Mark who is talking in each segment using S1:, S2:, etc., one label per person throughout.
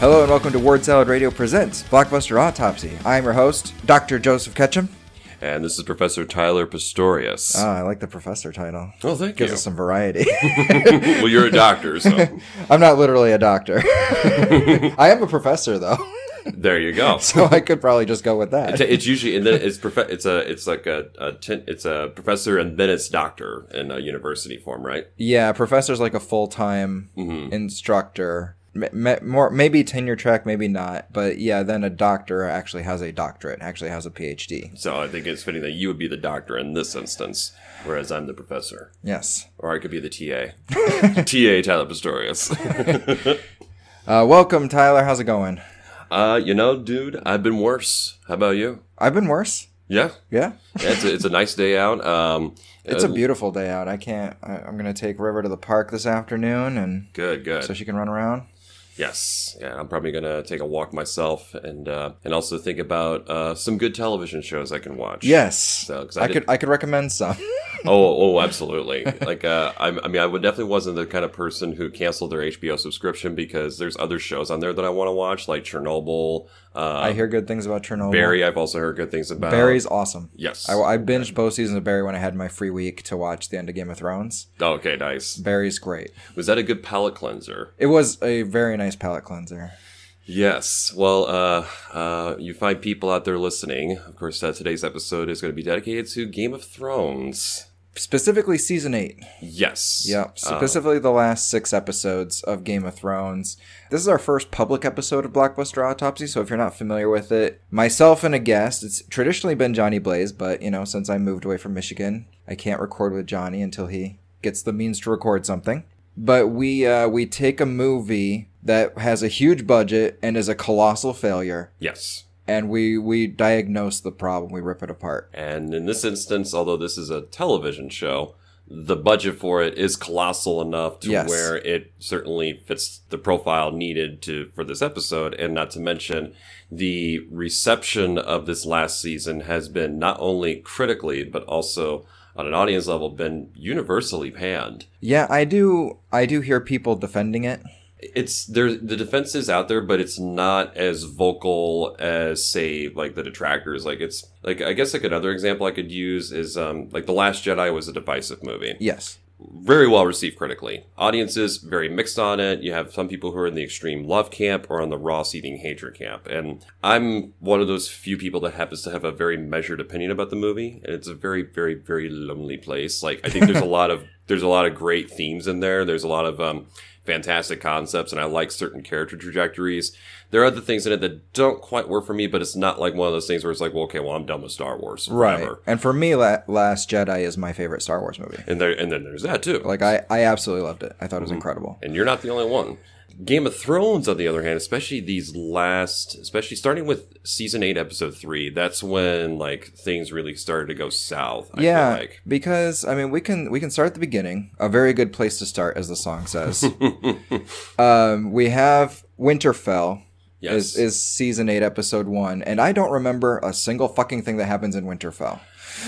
S1: Hello and welcome to Word Salad Radio Presents Blockbuster Autopsy. I am your host, Dr. Joseph Ketchum.
S2: And this is Professor Tyler Pistorius.
S1: Ah, I like the professor title.
S2: oh, thank
S1: Gives
S2: you.
S1: us some variety.
S2: well, you're a doctor, so
S1: I'm not literally a doctor. I am a professor, though,
S2: there you go.
S1: so I could probably just go with
S2: It's,
S1: that.
S2: it's usually and then it's prof- it's a it's like a, a ten, it's a professor and then it's doctor in a university form, right?
S1: Yeah, professor's like a full time
S2: Mm-hmm.
S1: instructor. M- m- more maybe tenure track, maybe not, but yeah. Then a doctor actually has a doctorate, actually has a PhD.
S2: So I think it's fitting that you would be the doctor in this instance, whereas I'm the professor,
S1: Yes.
S2: or I could be the TA, TA Tyler Pistorius.
S1: Uh, welcome, Tyler. How's it going?
S2: uh, you know, dude, I've been worse. How about you?
S1: I've been worse.
S2: Yeah,
S1: Yeah.
S2: yeah it's a, it's a nice day out. Um,
S1: It's a
S2: uh,
S1: beautiful day out. I can't. I, I'm gonna take River to the park this afternoon, and
S2: good good.
S1: so she can run around.
S2: Yes, yeah, I'm probably gonna take a walk myself and uh, and also think about uh, some good television shows I can watch.
S1: Yes.
S2: So, 'cause I
S1: I,
S2: did-
S1: could. I could recommend some.
S2: Oh, oh, absolutely. like, uh, I'm, I mean, I would definitely wasn't the kind of person who canceled their HBO subscription because there's other shows on there that I want to watch, like Chernobyl,
S1: I
S2: uh,
S1: hear good things about Chernobyl.
S2: Barry. I've also heard good things about.
S1: Barry's awesome.
S2: Yes.
S1: I, I binged both seasons of Barry when I had my free week to watch the end of Game of Thrones.
S2: Oh, Okay, nice.
S1: Barry's great.
S2: Was that a good palate cleanser?
S1: It was a very nice palate cleanser.
S2: Yes. Well, uh, uh, you find people out there listening. Of course, uh, today's episode is going to be dedicated to Game of Thrones.
S1: Specifically, season eight.
S2: Yes. Uh,
S1: Yeah, specifically the last six episodes of Game of Thrones. This is our first public episode of Blockbuster Autopsy, so if you're not familiar with it, myself and a guest, it's traditionally been Johnny Blaze, but you know, since I moved away from Michigan, I can't record with Johnny until he gets the means to record something. But we uh, we take a movie that has a huge budget and is a colossal failure,
S2: Yes.
S1: and we we diagnose the problem, we rip it apart.
S2: And in this instance, although this is a television show, the budget for it is colossal enough to
S1: Yes.
S2: where it certainly fits the profile needed to for this episode, and not to mention the reception of this last season has been not only critically but also on an audience level been universally panned.
S1: Yeah, I do I do hear people defending it.
S2: It's there the defense is out there, but it's not as vocal as say like the detractors. Like it's like I guess like another example I could use is um like The Last Jedi was a divisive movie
S1: Yes.
S2: very well received critically. Audiences very mixed on it. You have some people who are in the extreme love camp or on the raw seething hatred camp. And I'm one of those few people that happens to have a very measured opinion about the movie. And it's a very, very, very lonely place. Like I think there's a lot of there's a lot of great themes in there. There's a lot of um, fantastic concepts, and I like certain character trajectories. There are other things in it that don't quite work for me, but it's not like one of those things where it's like, well, okay, well, I'm done with Star Wars
S1: Right.
S2: forever.
S1: And for me, La- Last Jedi is my favorite Star Wars movie.
S2: And there, and then there's that too.
S1: Like I, I absolutely loved it. I thought it
S2: Mm-hmm.
S1: was incredible.
S2: and you're not the only one. Game of Thrones, on the other hand, especially these last, especially starting with season eight, episode three, that's when like things really started to go south. I feel
S1: yeah,
S2: like.
S1: because I mean, we can we can start at the beginning. A very good place to start, as the song says. um, we have Winterfell.
S2: Yes.
S1: Is, is season eight episode one, and I don't remember a single fucking thing that happens in Winterfell.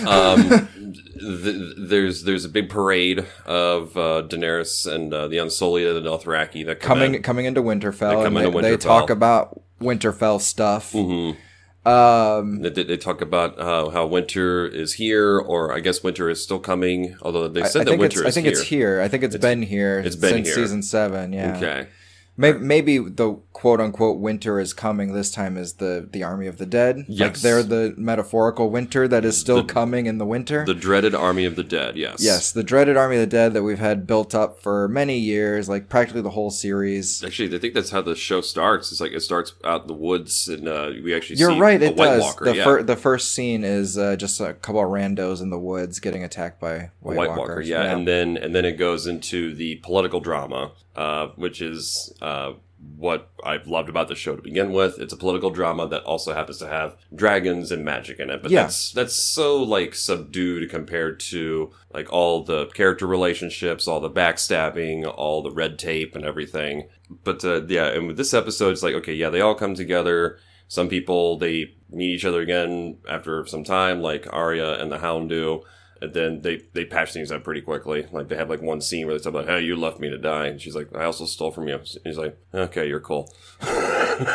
S2: Um, Th- there's there's a big parade of uh, Daenerys and uh, the Unsullied and the Dothraki that come
S1: Coming
S2: in.
S1: coming into Winterfell,
S2: They
S1: and
S2: come
S1: they,
S2: into
S1: they
S2: Winterfell.
S1: talk about Winterfell stuff.
S2: Mm-hmm.
S1: Um,
S2: They, they- they talk about uh, how winter is here, or I guess winter is still coming. Although they said
S1: I
S2: that
S1: think it's
S2: winter
S1: I
S2: is
S1: think
S2: here.
S1: it's here. I think it's been here.
S2: it's been
S1: since
S2: here.
S1: season seven. Yeah.
S2: Okay.
S1: Maybe, maybe the quote unquote winter is coming this time is the the army of the dead. Like
S2: Yes.
S1: they're the metaphorical winter that is still coming in the winter.
S2: The dreaded army of the dead. Yes.
S1: yes, the dreaded army of the dead that we've had built up for many years, like practically the whole series.
S2: Actually, I think that's how the show starts. It's like it starts out in the woods, and uh, we actually
S1: You're
S2: see
S1: right,
S2: a
S1: it
S2: White
S1: does.
S2: Walker.
S1: the
S2: yeah.
S1: fir- the first scene is uh, just a couple of randos in the woods getting attacked by white,
S2: White
S1: walkers.
S2: Walker, yeah. and then and then it goes into the political drama, uh, which is uh, what I've loved about the show to begin with. It's a political drama that also happens to have dragons and magic in it, but
S1: Yeah.
S2: that's that's so like subdued compared to like all the character relationships, all the backstabbing, all the red tape, and everything. But uh, yeah, and with this episode, it's like okay, yeah, they all come together. Some people they meet each other again after some time, like Arya and the Hound do. And then they, they patch things up pretty quickly. Like they have like one scene where they talk about, "Hey, you left me to die," and she's like, "I also stole from you." And he's like, "Okay, you're cool."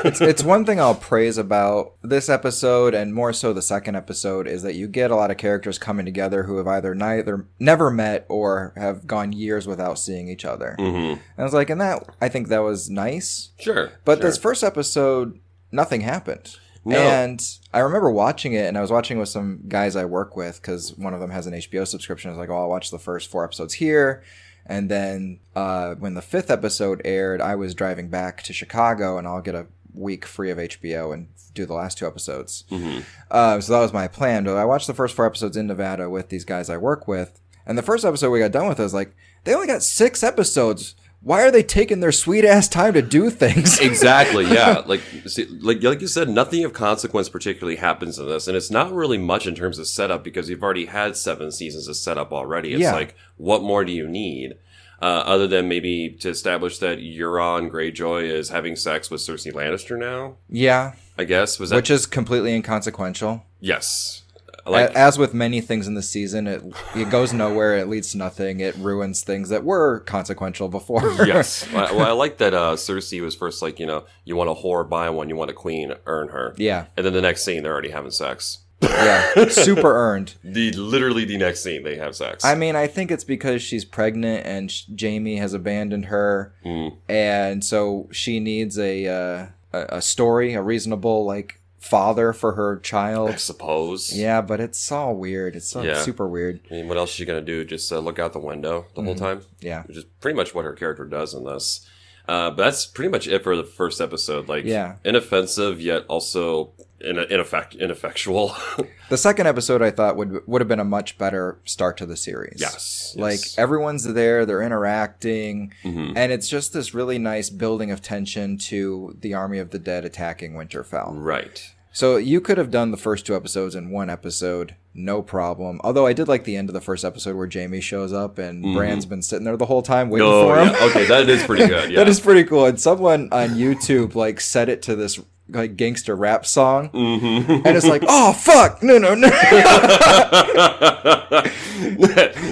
S1: it's, it's one thing I'll praise about this episode, and more so the second episode, is that you get a lot of characters coming together who have either neither never met or have gone years without seeing each other.
S2: Mm-hmm.
S1: And I was like, and that I think that was nice.
S2: Sure,
S1: But
S2: sure.
S1: this first episode, nothing happened.
S2: No.
S1: And I remember watching it, and I was watching with some guys I work with because one of them has an HBO subscription. I was like, "Oh, I'll watch the first four episodes here." And then uh, when the fifth episode aired, I was driving back to Chicago, and I'll get a week free of HBO and do the last two episodes.
S2: Mhm.
S1: Uh, so that was my plan. But I watched the first four episodes in Nevada with these guys I work with, and the first episode we got done with I was like, "They only got six episodes. Why are they taking their sweet ass time to do things?"
S2: exactly yeah like see, like like you said nothing of consequence particularly happens in this and it's not really much in terms of setup because you've already had seven seasons of setup already it's
S1: Yeah.
S2: like what more do you need uh, other than maybe to establish that Euron Greyjoy is having sex with Cersei Lannister now,
S1: yeah.
S2: I guess was that
S1: which is completely inconsequential.
S2: yes,
S1: Like,
S2: like
S1: As with many things in the season, it it goes nowhere. It leads to nothing. It ruins things that were consequential before.
S2: yes. well, I- well, I like that uh, Cersei was first like you know you want a whore buy one, you want a queen earn her,
S1: yeah.
S2: and then the next scene they're already having sex.
S1: Yeah. Super earned.
S2: The literally the next scene they have sex.
S1: I mean, I think it's because she's pregnant and sh- Jamie has abandoned her,
S2: Mm.
S1: and so she needs a uh, a, a story, a reasonable like father for her
S2: I
S1: child.
S2: suppose.
S1: Yeah, but it's all weird. It's so,
S2: Yeah.
S1: super weird.
S2: I mean, what else is she gonna do? Just uh, look out the window the
S1: Mm-hmm.
S2: whole time,
S1: Yeah.
S2: which is pretty much what her character does in this. Uh, but that's pretty much it for the first episode. Like,
S1: Yeah.
S2: inoffensive yet also in ineffect ineffectual.
S1: The second episode I thought would would have been a much better start to the series.
S2: yes,
S1: Like
S2: yes.
S1: everyone's there, they're interacting,
S2: Mhm.
S1: and it's just this really nice building of tension to the army of the dead attacking
S2: Mm.
S1: Winterfell.
S2: right.
S1: So you could have done the first two episodes in one episode, no problem. Although I did like the end of the first episode where Jamie shows up and Bran's been sitting there the whole time waiting
S2: Mm-hmm. Oh,
S1: for him.
S2: yeah. okay, that is pretty good. Yeah.
S1: That is pretty cool. And someone on YouTube like set it to this like gangster rap song,
S2: Mhm.
S1: and it's like, oh fuck, no, no, no.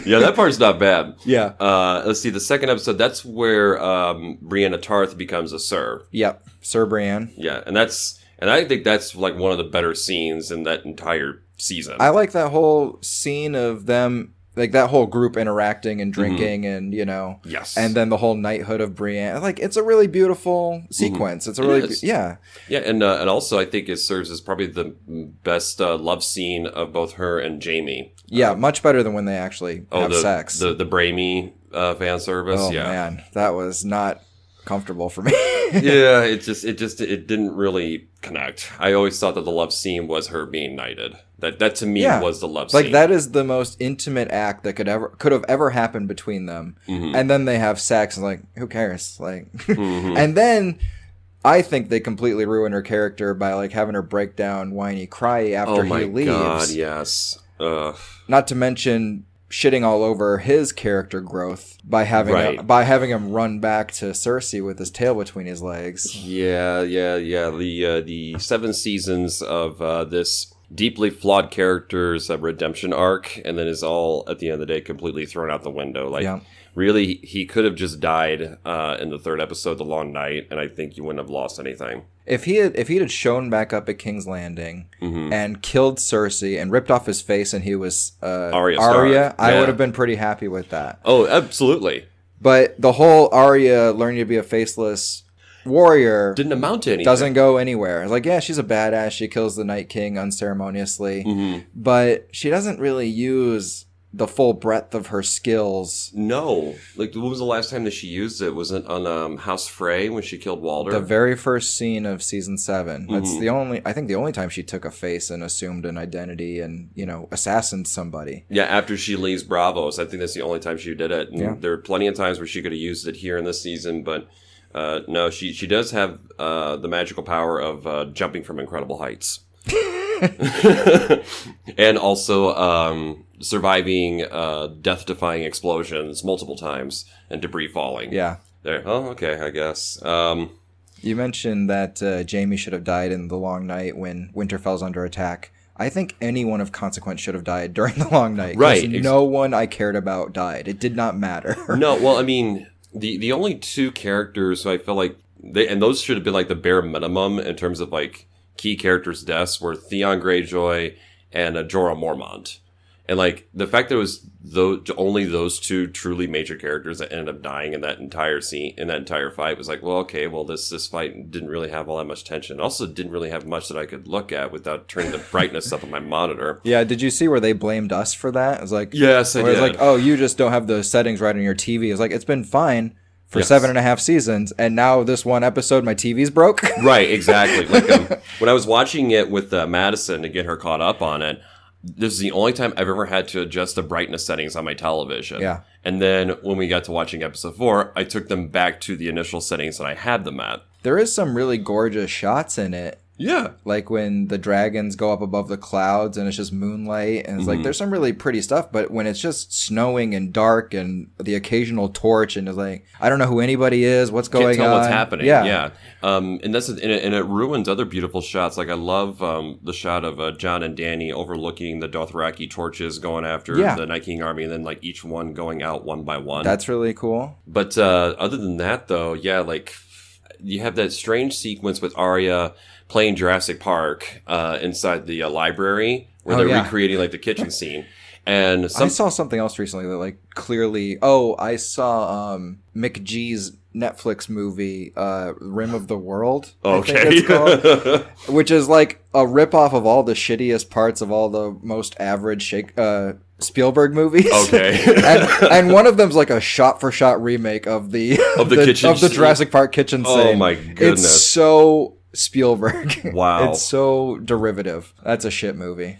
S2: yeah, that part's not bad.
S1: yeah.
S2: Uh, let's see the second episode. That's where um, Brianna Tarth becomes a Sir.
S1: Yep, Sir Bran.
S2: Yeah, and that's and I think that's like one of the better scenes in that entire season.
S1: I like that whole scene of them, like that whole group interacting
S2: Mm-hmm.
S1: and drinking, and you know,
S2: yes,
S1: and uh, then the whole knighthood of Brienne. Like, it's a really beautiful sequence. It's a
S2: Mm-hmm. It
S1: really,
S2: is.
S1: be- yeah,
S2: yeah, and uh, and also I think it serves as probably the best uh, love scene of both her and Jamie.
S1: yeah, much better than when they actually
S2: Uh, Oh,
S1: have
S2: the,
S1: sex.
S2: the the Bramy uh, fan service.
S1: oh
S2: yeah,
S1: man, that was not comfortable for me.
S2: yeah. It just it just it didn't really connect. I always thought that the love scene was her being knighted. That that to me
S1: Yeah.
S2: was the love
S1: like
S2: scene.
S1: that is the most intimate act that could ever could have ever happened between them.
S2: Mhm.
S1: And then they have sex, and like, who cares? Like,
S2: Mhm.
S1: And then I think they completely ruin her character by like having her break down, whiny, cry after
S2: oh my
S1: he leaves.
S2: god, yes. Ugh.
S1: Not to mention shitting all over his character growth by having
S2: Right.
S1: by having him run back to Cersei with his tail between his legs.
S2: Yeah, yeah, yeah. The uh, the seven seasons of uh, this deeply flawed character's uh, redemption arc, and then is all at the end of the day completely thrown out the window. Like,
S1: Yeah.
S2: really, he could have just died uh, in the third episode, the Long Night, and I think you wouldn't have lost anything.
S1: If he had if he had shown back up at King's Landing
S2: Mhm.
S1: and killed Cersei and ripped off his face and he was uh,
S2: Arya Stark.
S1: Arya, I
S2: Yeah.
S1: would have been pretty happy with that.
S2: Oh, absolutely.
S1: But the whole Arya learning to be a faceless warrior
S2: Didn't amount to anything.
S1: doesn't go anywhere. Like, yeah, she's a badass. She kills the Night King unceremoniously,
S2: Mm-hmm.
S1: but she doesn't really use the full breadth of her skills.
S2: No. Like, when was the last time that she used it? Was it on um, House Frey when she killed Walder?
S1: The very first scene of season 7
S2: Mm-hmm.
S1: That's the only, I think, the only time she took a face and assumed an identity and, you know, assassinated somebody.
S2: Yeah, after she leaves Bravos, I think that's the only time she did it. And
S1: Yeah.
S2: There are plenty of times where she could have used it here in this season, but uh, no, she she does have uh, the magical power of uh, jumping from incredible heights, and also um, surviving uh, death-defying explosions multiple times and debris falling.
S1: Yeah.
S2: There. Oh, okay. I guess. Um,
S1: You mentioned that uh, Jamie should have died in the long night when Winterfell's under attack. I think anyone of consequence should have died during the long night. 'cause
S2: Right, ex-
S1: No one I cared about died. It did not matter.
S2: no, well, I mean, the the only two characters who I felt like they and those should have been like the bare minimum in terms of like key characters' deaths were Theon Greyjoy and uh, Jorah Mormont, and like the fact that it was though only those two truly major characters that ended up dying in that entire scene in that entire fight was like, well, okay, well this this fight didn't really have all that much tension. It Also, didn't really have much that I could look at without turning the brightness up on my monitor.
S1: Yeah, did you see where they blamed us for that? It was like,
S2: Yes, I
S1: where
S2: did.
S1: it's like, oh, you just don't have the settings right on your TV. It's like it's been fine for
S2: Yes.
S1: seven and a half seasons, and now this one episode, my TV's broke.
S2: Right, exactly. Like um, when I was watching it with uh, Madison to get her caught up on it, this is the only time I've ever had to adjust the brightness settings on my television.
S1: Yeah.
S2: And then when we got to watching episode four, I took them back to the initial settings that I had them at.
S1: there is some really gorgeous shots in it.
S2: Yeah.
S1: Like when the dragons go up above the clouds and it's just moonlight, and it's
S2: Mm-hmm.
S1: like there's some really pretty stuff. But when it's just snowing and dark and the occasional torch, and it's like I don't know who anybody is, what's going
S2: Can't
S1: on,
S2: tell what's happening. Yeah. Um, and that's and it, and it ruins other beautiful shots. Like I love um, the shot of uh, John and Danny overlooking the Dothraki torches going after
S1: Yeah.
S2: the Night King army, and then like each one going out one by one.
S1: that's really cool.
S2: But uh, other than that, though, yeah, like you have that strange sequence with Arya playing Jurassic Park uh, inside the uh, library where
S1: Oh,
S2: they're
S1: yeah.
S2: recreating like the kitchen scene, and
S1: I
S2: some
S1: saw something else recently that like clearly. Oh, I saw um McGee's Netflix movie, uh, Rim of the World. I think
S2: Oh, okay,
S1: it's called, which is like a ripoff of all the shittiest parts of all the most average Shake, uh, Spielberg movies.
S2: okay,
S1: and, and one of them's like a shot-for-shot remake of the
S2: Of the kitchen
S1: of the
S2: scene?
S1: Jurassic Park kitchen
S2: Oh
S1: scene.
S2: my
S1: It's
S2: goodness.
S1: so Spielberg.
S2: Wow.
S1: it's so derivative. That's a shit movie.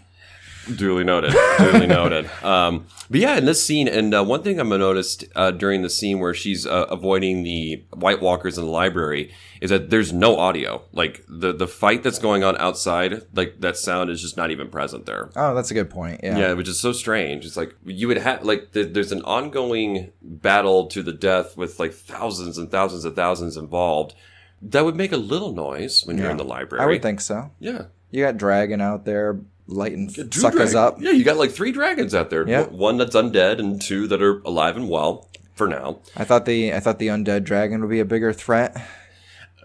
S2: duly noted, duly noted. Um, but yeah, in this scene, and uh, one thing I'm gonna notice uh, during the scene where she's uh, avoiding the White Walkers in the library is that there's no audio. Like the the fight that's going on outside, like that sound is just not even present there.
S1: Oh, that's a good point.
S2: Yeah, which is so strange. It's like you would have like th- there's an ongoing battle to the death with like thousands and thousands and thousands involved. That would make a little noise when you're in the library.
S1: I would think so.
S2: Yeah,
S1: You got dragon out there lighting
S2: Two
S1: suckers
S2: dragons.
S1: up.
S2: Yeah, you got like three dragons out there.
S1: Yeah.
S2: W- one that's undead and two that are alive and well for now.
S1: I thought the I thought the undead dragon would be a bigger threat.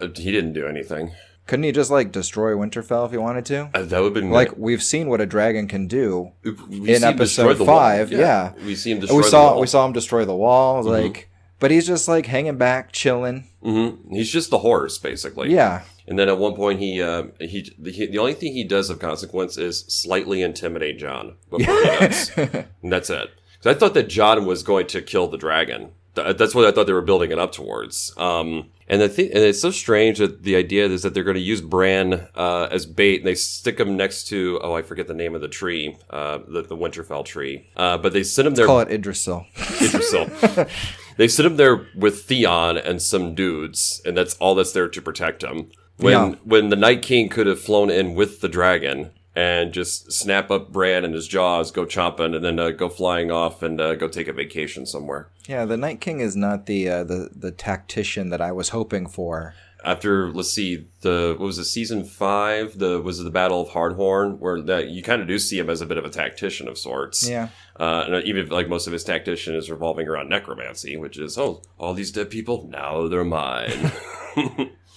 S2: Uh, he didn't do anything.
S1: Couldn't he just like destroy Winterfell if he wanted to?
S2: Uh, that would have been
S1: Like we've seen what a dragon can do.
S2: we
S1: in
S2: see him destroy
S1: episode
S2: the wall.
S1: five, yeah.
S2: we see him destroy.
S1: We
S2: the
S1: saw
S2: wall. Mm-hmm.
S1: we saw him destroy the wall. Like, but he's just like hanging back, chilling.
S2: Mhm. He's just the horse, basically.
S1: Yeah,
S2: And then at one point, he uh, he, the, he the only thing he does of consequence is slightly intimidate John before he does, and that's it. 'Cause I thought that John was going to kill the dragon. Th- That's what I thought they were building it up towards. Um, and the thing, and it's so strange that the idea is that they're going to use Bran uh, as bait, and they stick him next to oh I forget the name of the tree, uh, the, the Winterfell tree. Uh, but they send him there
S1: call it Idrisil.
S2: Get yourself. they sit him there with Theon and some dudes, and that's all that's there to protect him. When
S1: Yeah.
S2: when the Night King could have flown in with the dragon and just snap up Bran and his jaws, go chomping, and then uh, go flying off and uh, go take a vacation somewhere.
S1: yeah, the Night King is not the uh, the the tactician that I was hoping for.
S2: After let's see the what was it season five the was it the Battle of Hardhorn where that you kind of do see him as a bit of a tactician of sorts.
S1: Yeah,
S2: Uh, and even if, like most of his tactician is revolving around necromancy, which is oh all these dead people now they're mine.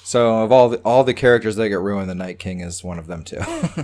S1: So of all the, all the characters that get ruined, the Night King is one of them too.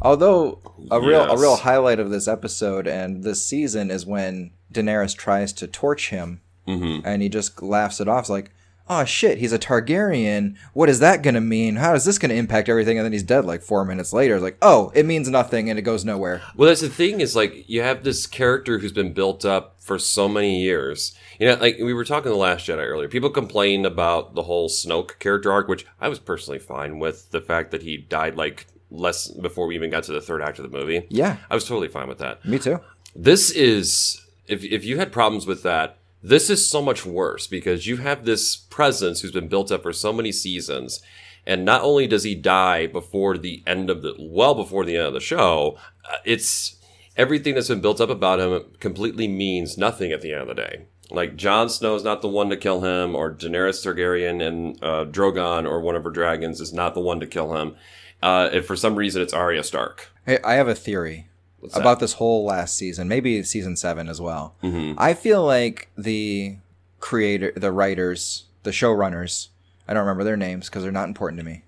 S1: Although a real a
S2: Yes.
S1: real highlight of this episode and this season is when Daenerys tries to torch him, and he just laughs it off. It's like, "Oh shit, he's a Targaryen. What is that gonna mean? How is this gonna impact everything?" And then he's dead like four minutes later. It's like, "Oh, it means nothing, and it goes nowhere."
S2: Well, that's the thing is like you have this character who's been built up for so many years. You know, like we were talking the Last Jedi earlier. People complained about the whole Snoke character arc, which I was personally fine with the fact that he died like less before we even got to the third act of the movie.
S1: Yeah,
S2: I was totally fine with that.
S1: me too.
S2: This is if if you had problems with that, this is so much worse because you have this presence who's been built up for so many seasons. And not only does he die before the end of the well before the end of the show, uh, it's everything that's been built up about him completely means nothing at the end of the day. Like Jon Snow is not the one to kill him, or Daenerys Targaryen and uh, Drogon or one of her dragons is not the one to kill him. Uh, if for some reason it's Arya Stark.
S1: Hey, I have a theory
S2: What's that?
S1: about this whole last season, maybe season seven as well.
S2: Mhm.
S1: I feel like the creator, the writers, the showrunners, I don't remember their names because they're not important to me.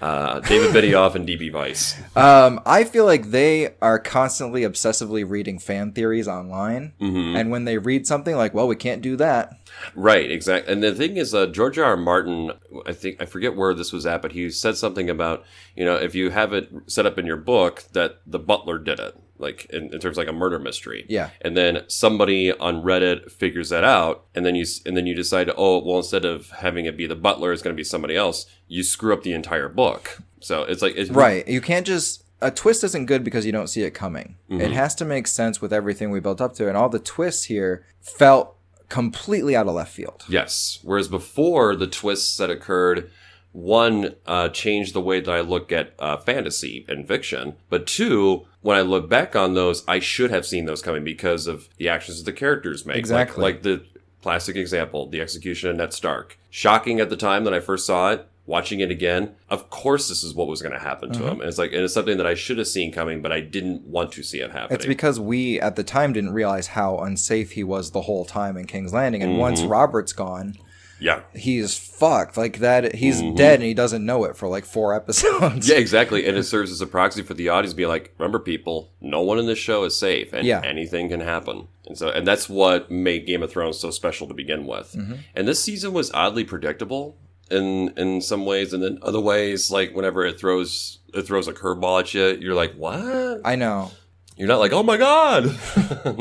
S2: uh, David Bidioff and DB Weiss.
S1: Um, I feel like they are constantly obsessively reading fan theories online.
S2: Mhm.
S1: And when they read something like, well, we can't do that,
S2: Right, exactly. And the thing is, uh, George R. R. Martin, I think I forget where this was at, but he said something about you know if you have it set up in your book that the butler did it, like in, in terms of like a murder mystery.
S1: Yeah.
S2: And then somebody on Reddit figures that out, and then you s- and then you decide, oh well, instead of having it be the butler, it's going to be somebody else. You screw up the entire book. So it's like it's,
S1: Right. You can't just a twist isn't good because you don't see it coming.
S2: Mm-hmm.
S1: It has to make sense with everything we built up to, and all the twists here felt completely out of left field.
S2: Yes. Whereas before the twists that occurred, one uh, changed the way that I look at uh, fantasy and fiction, but two, when I look back on those, I should have seen those coming because of the actions that the characters make. Like-
S1: Exactly.
S2: like the classic example, the execution of Ned Stark. Shocking at the time that I first saw it. Watching it again, of course, this is what was going to happen
S1: Mm-hmm.
S2: to him. And it's like, and it's something that I should have seen coming, but I didn't want to see it happening.
S1: It's because we at the time didn't realize how unsafe he was the whole time in King's Landing, and once
S2: Mm-hmm.
S1: Robert's gone,
S2: yeah.
S1: he's fucked. Like that, he's dead, and he doesn't know it for like four episodes.
S2: Mm-hmm. Yeah, exactly. And it serves as a proxy for the audience to be like, remember, people, no one in this show is safe, and
S1: Yeah.
S2: anything can happen. And so, and that's what made Game of Thrones so special to begin with.
S1: Mm-hmm.
S2: And this season was oddly predictable in in some ways, and then other ways, like whenever it throws it throws a curveball at you, you're like, what?
S1: I know.
S2: You're not like, oh my god. Uh,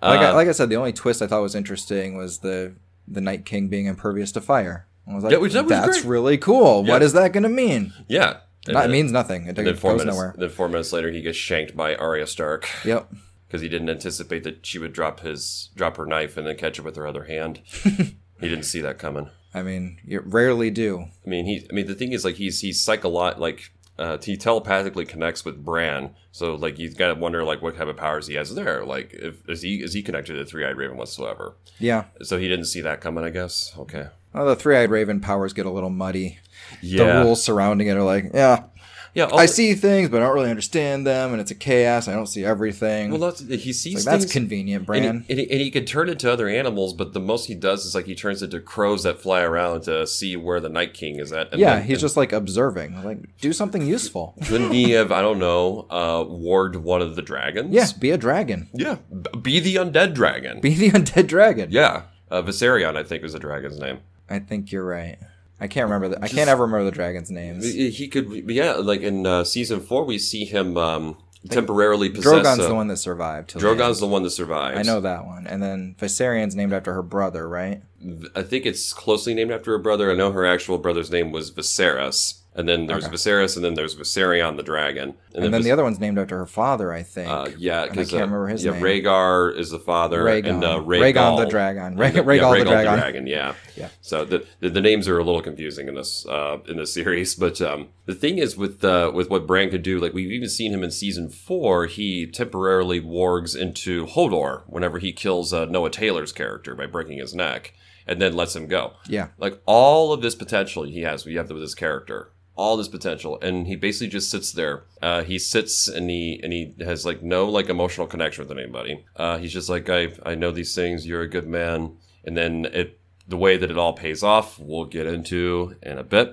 S1: Like, I, like I said, the only twist I thought was interesting was the the Night King being impervious to fire. I was like,
S2: Yeah, which- that was
S1: that's
S2: great."
S1: really cool.
S2: Yeah.
S1: What is that going to mean?
S2: yeah, And
S1: That
S2: then-
S1: means nothing. It
S2: and then
S1: goes
S2: four minutes.
S1: nowhere.
S2: Then four minutes later, he gets shanked by Arya Stark
S1: Yep.
S2: because he didn't anticipate that she would drop his drop her knife and then catch it with her other hand. he didn't see that coming.
S1: I mean, you rarely do.
S2: I mean, he. I mean, the thing is, like, he's he's psycholo- like uh, he telepathically connects with Bran. So like, you've got to wonder like what kind of powers he has there. Like, if is he is he connected to the Three Eyed Raven whatsoever?
S1: Yeah.
S2: So he didn't see that coming, I guess. Okay.
S1: Well, the three eyed raven powers get a little muddy. The
S2: Yeah.
S1: rules surrounding it are like, yeah,
S2: yeah. oh, all-
S1: I see things, but I don't really understand them, and it's a chaos. I don't see everything.
S2: Well, that's, he sees
S1: like, that's
S2: things.
S1: convenient,
S2: and he,
S1: Bran.
S2: and, he, and he could turn it to other animals, but the most he does is like he turns it to crows that fly around to see where the Night King is at. And
S1: yeah,
S2: then-
S1: he's just like observing. Like, do something useful.
S2: Couldn't he have, I don't know, uh, ward one of the dragons?
S1: Yeah, be a dragon.
S2: Yeah. B- Be the undead dragon.
S1: Be the undead dragon.
S2: yeah. Uh, Viserion, I think, was the dragon's name.
S1: I think you're right. I can't remember. The, I can't ever remember the dragon's names.
S2: He he could, yeah, like in uh, season four, we see him um, temporarily possess.
S1: Drogon's
S2: a-
S1: the one that survived. till the end.
S2: Drogon's the one that survives.
S1: I know that one. And then Viserion's named after her brother, right?
S2: I think it's closely named after her brother. I know her actual brother's name was Viserys. And then there's Viserys, and then there's Viserion the dragon. And,
S1: And then
S2: Vis-
S1: the other one's named after her father, I think.
S2: Uh, yeah,
S1: I
S2: because
S1: can't remember his
S2: yeah,
S1: name.
S2: Rhaegar is the father,
S1: Rhaegon.
S2: and uh,
S1: Rhaegon
S2: Rhaegal-
S1: the dragon.
S2: and
S1: Rha- Rhaegal the dragon.
S2: Yeah.
S1: Yeah.
S2: So the, the the names are a little confusing in this uh, in this series, but um, the thing is with uh, with what Bran could do, like we've even seen him in season four, he temporarily wargs into Hodor whenever he kills uh, Noah Taylor's character by breaking his neck, and then lets him go.
S1: Yeah.
S2: Like all of this potential he has, we have with this character, all this potential, and he basically just sits there. Uh, he sits and he and he has like no like emotional connection with anybody. Uh, he's just like I I know these things. You're a good man, and then it the way that it all pays off, we'll get into in a bit.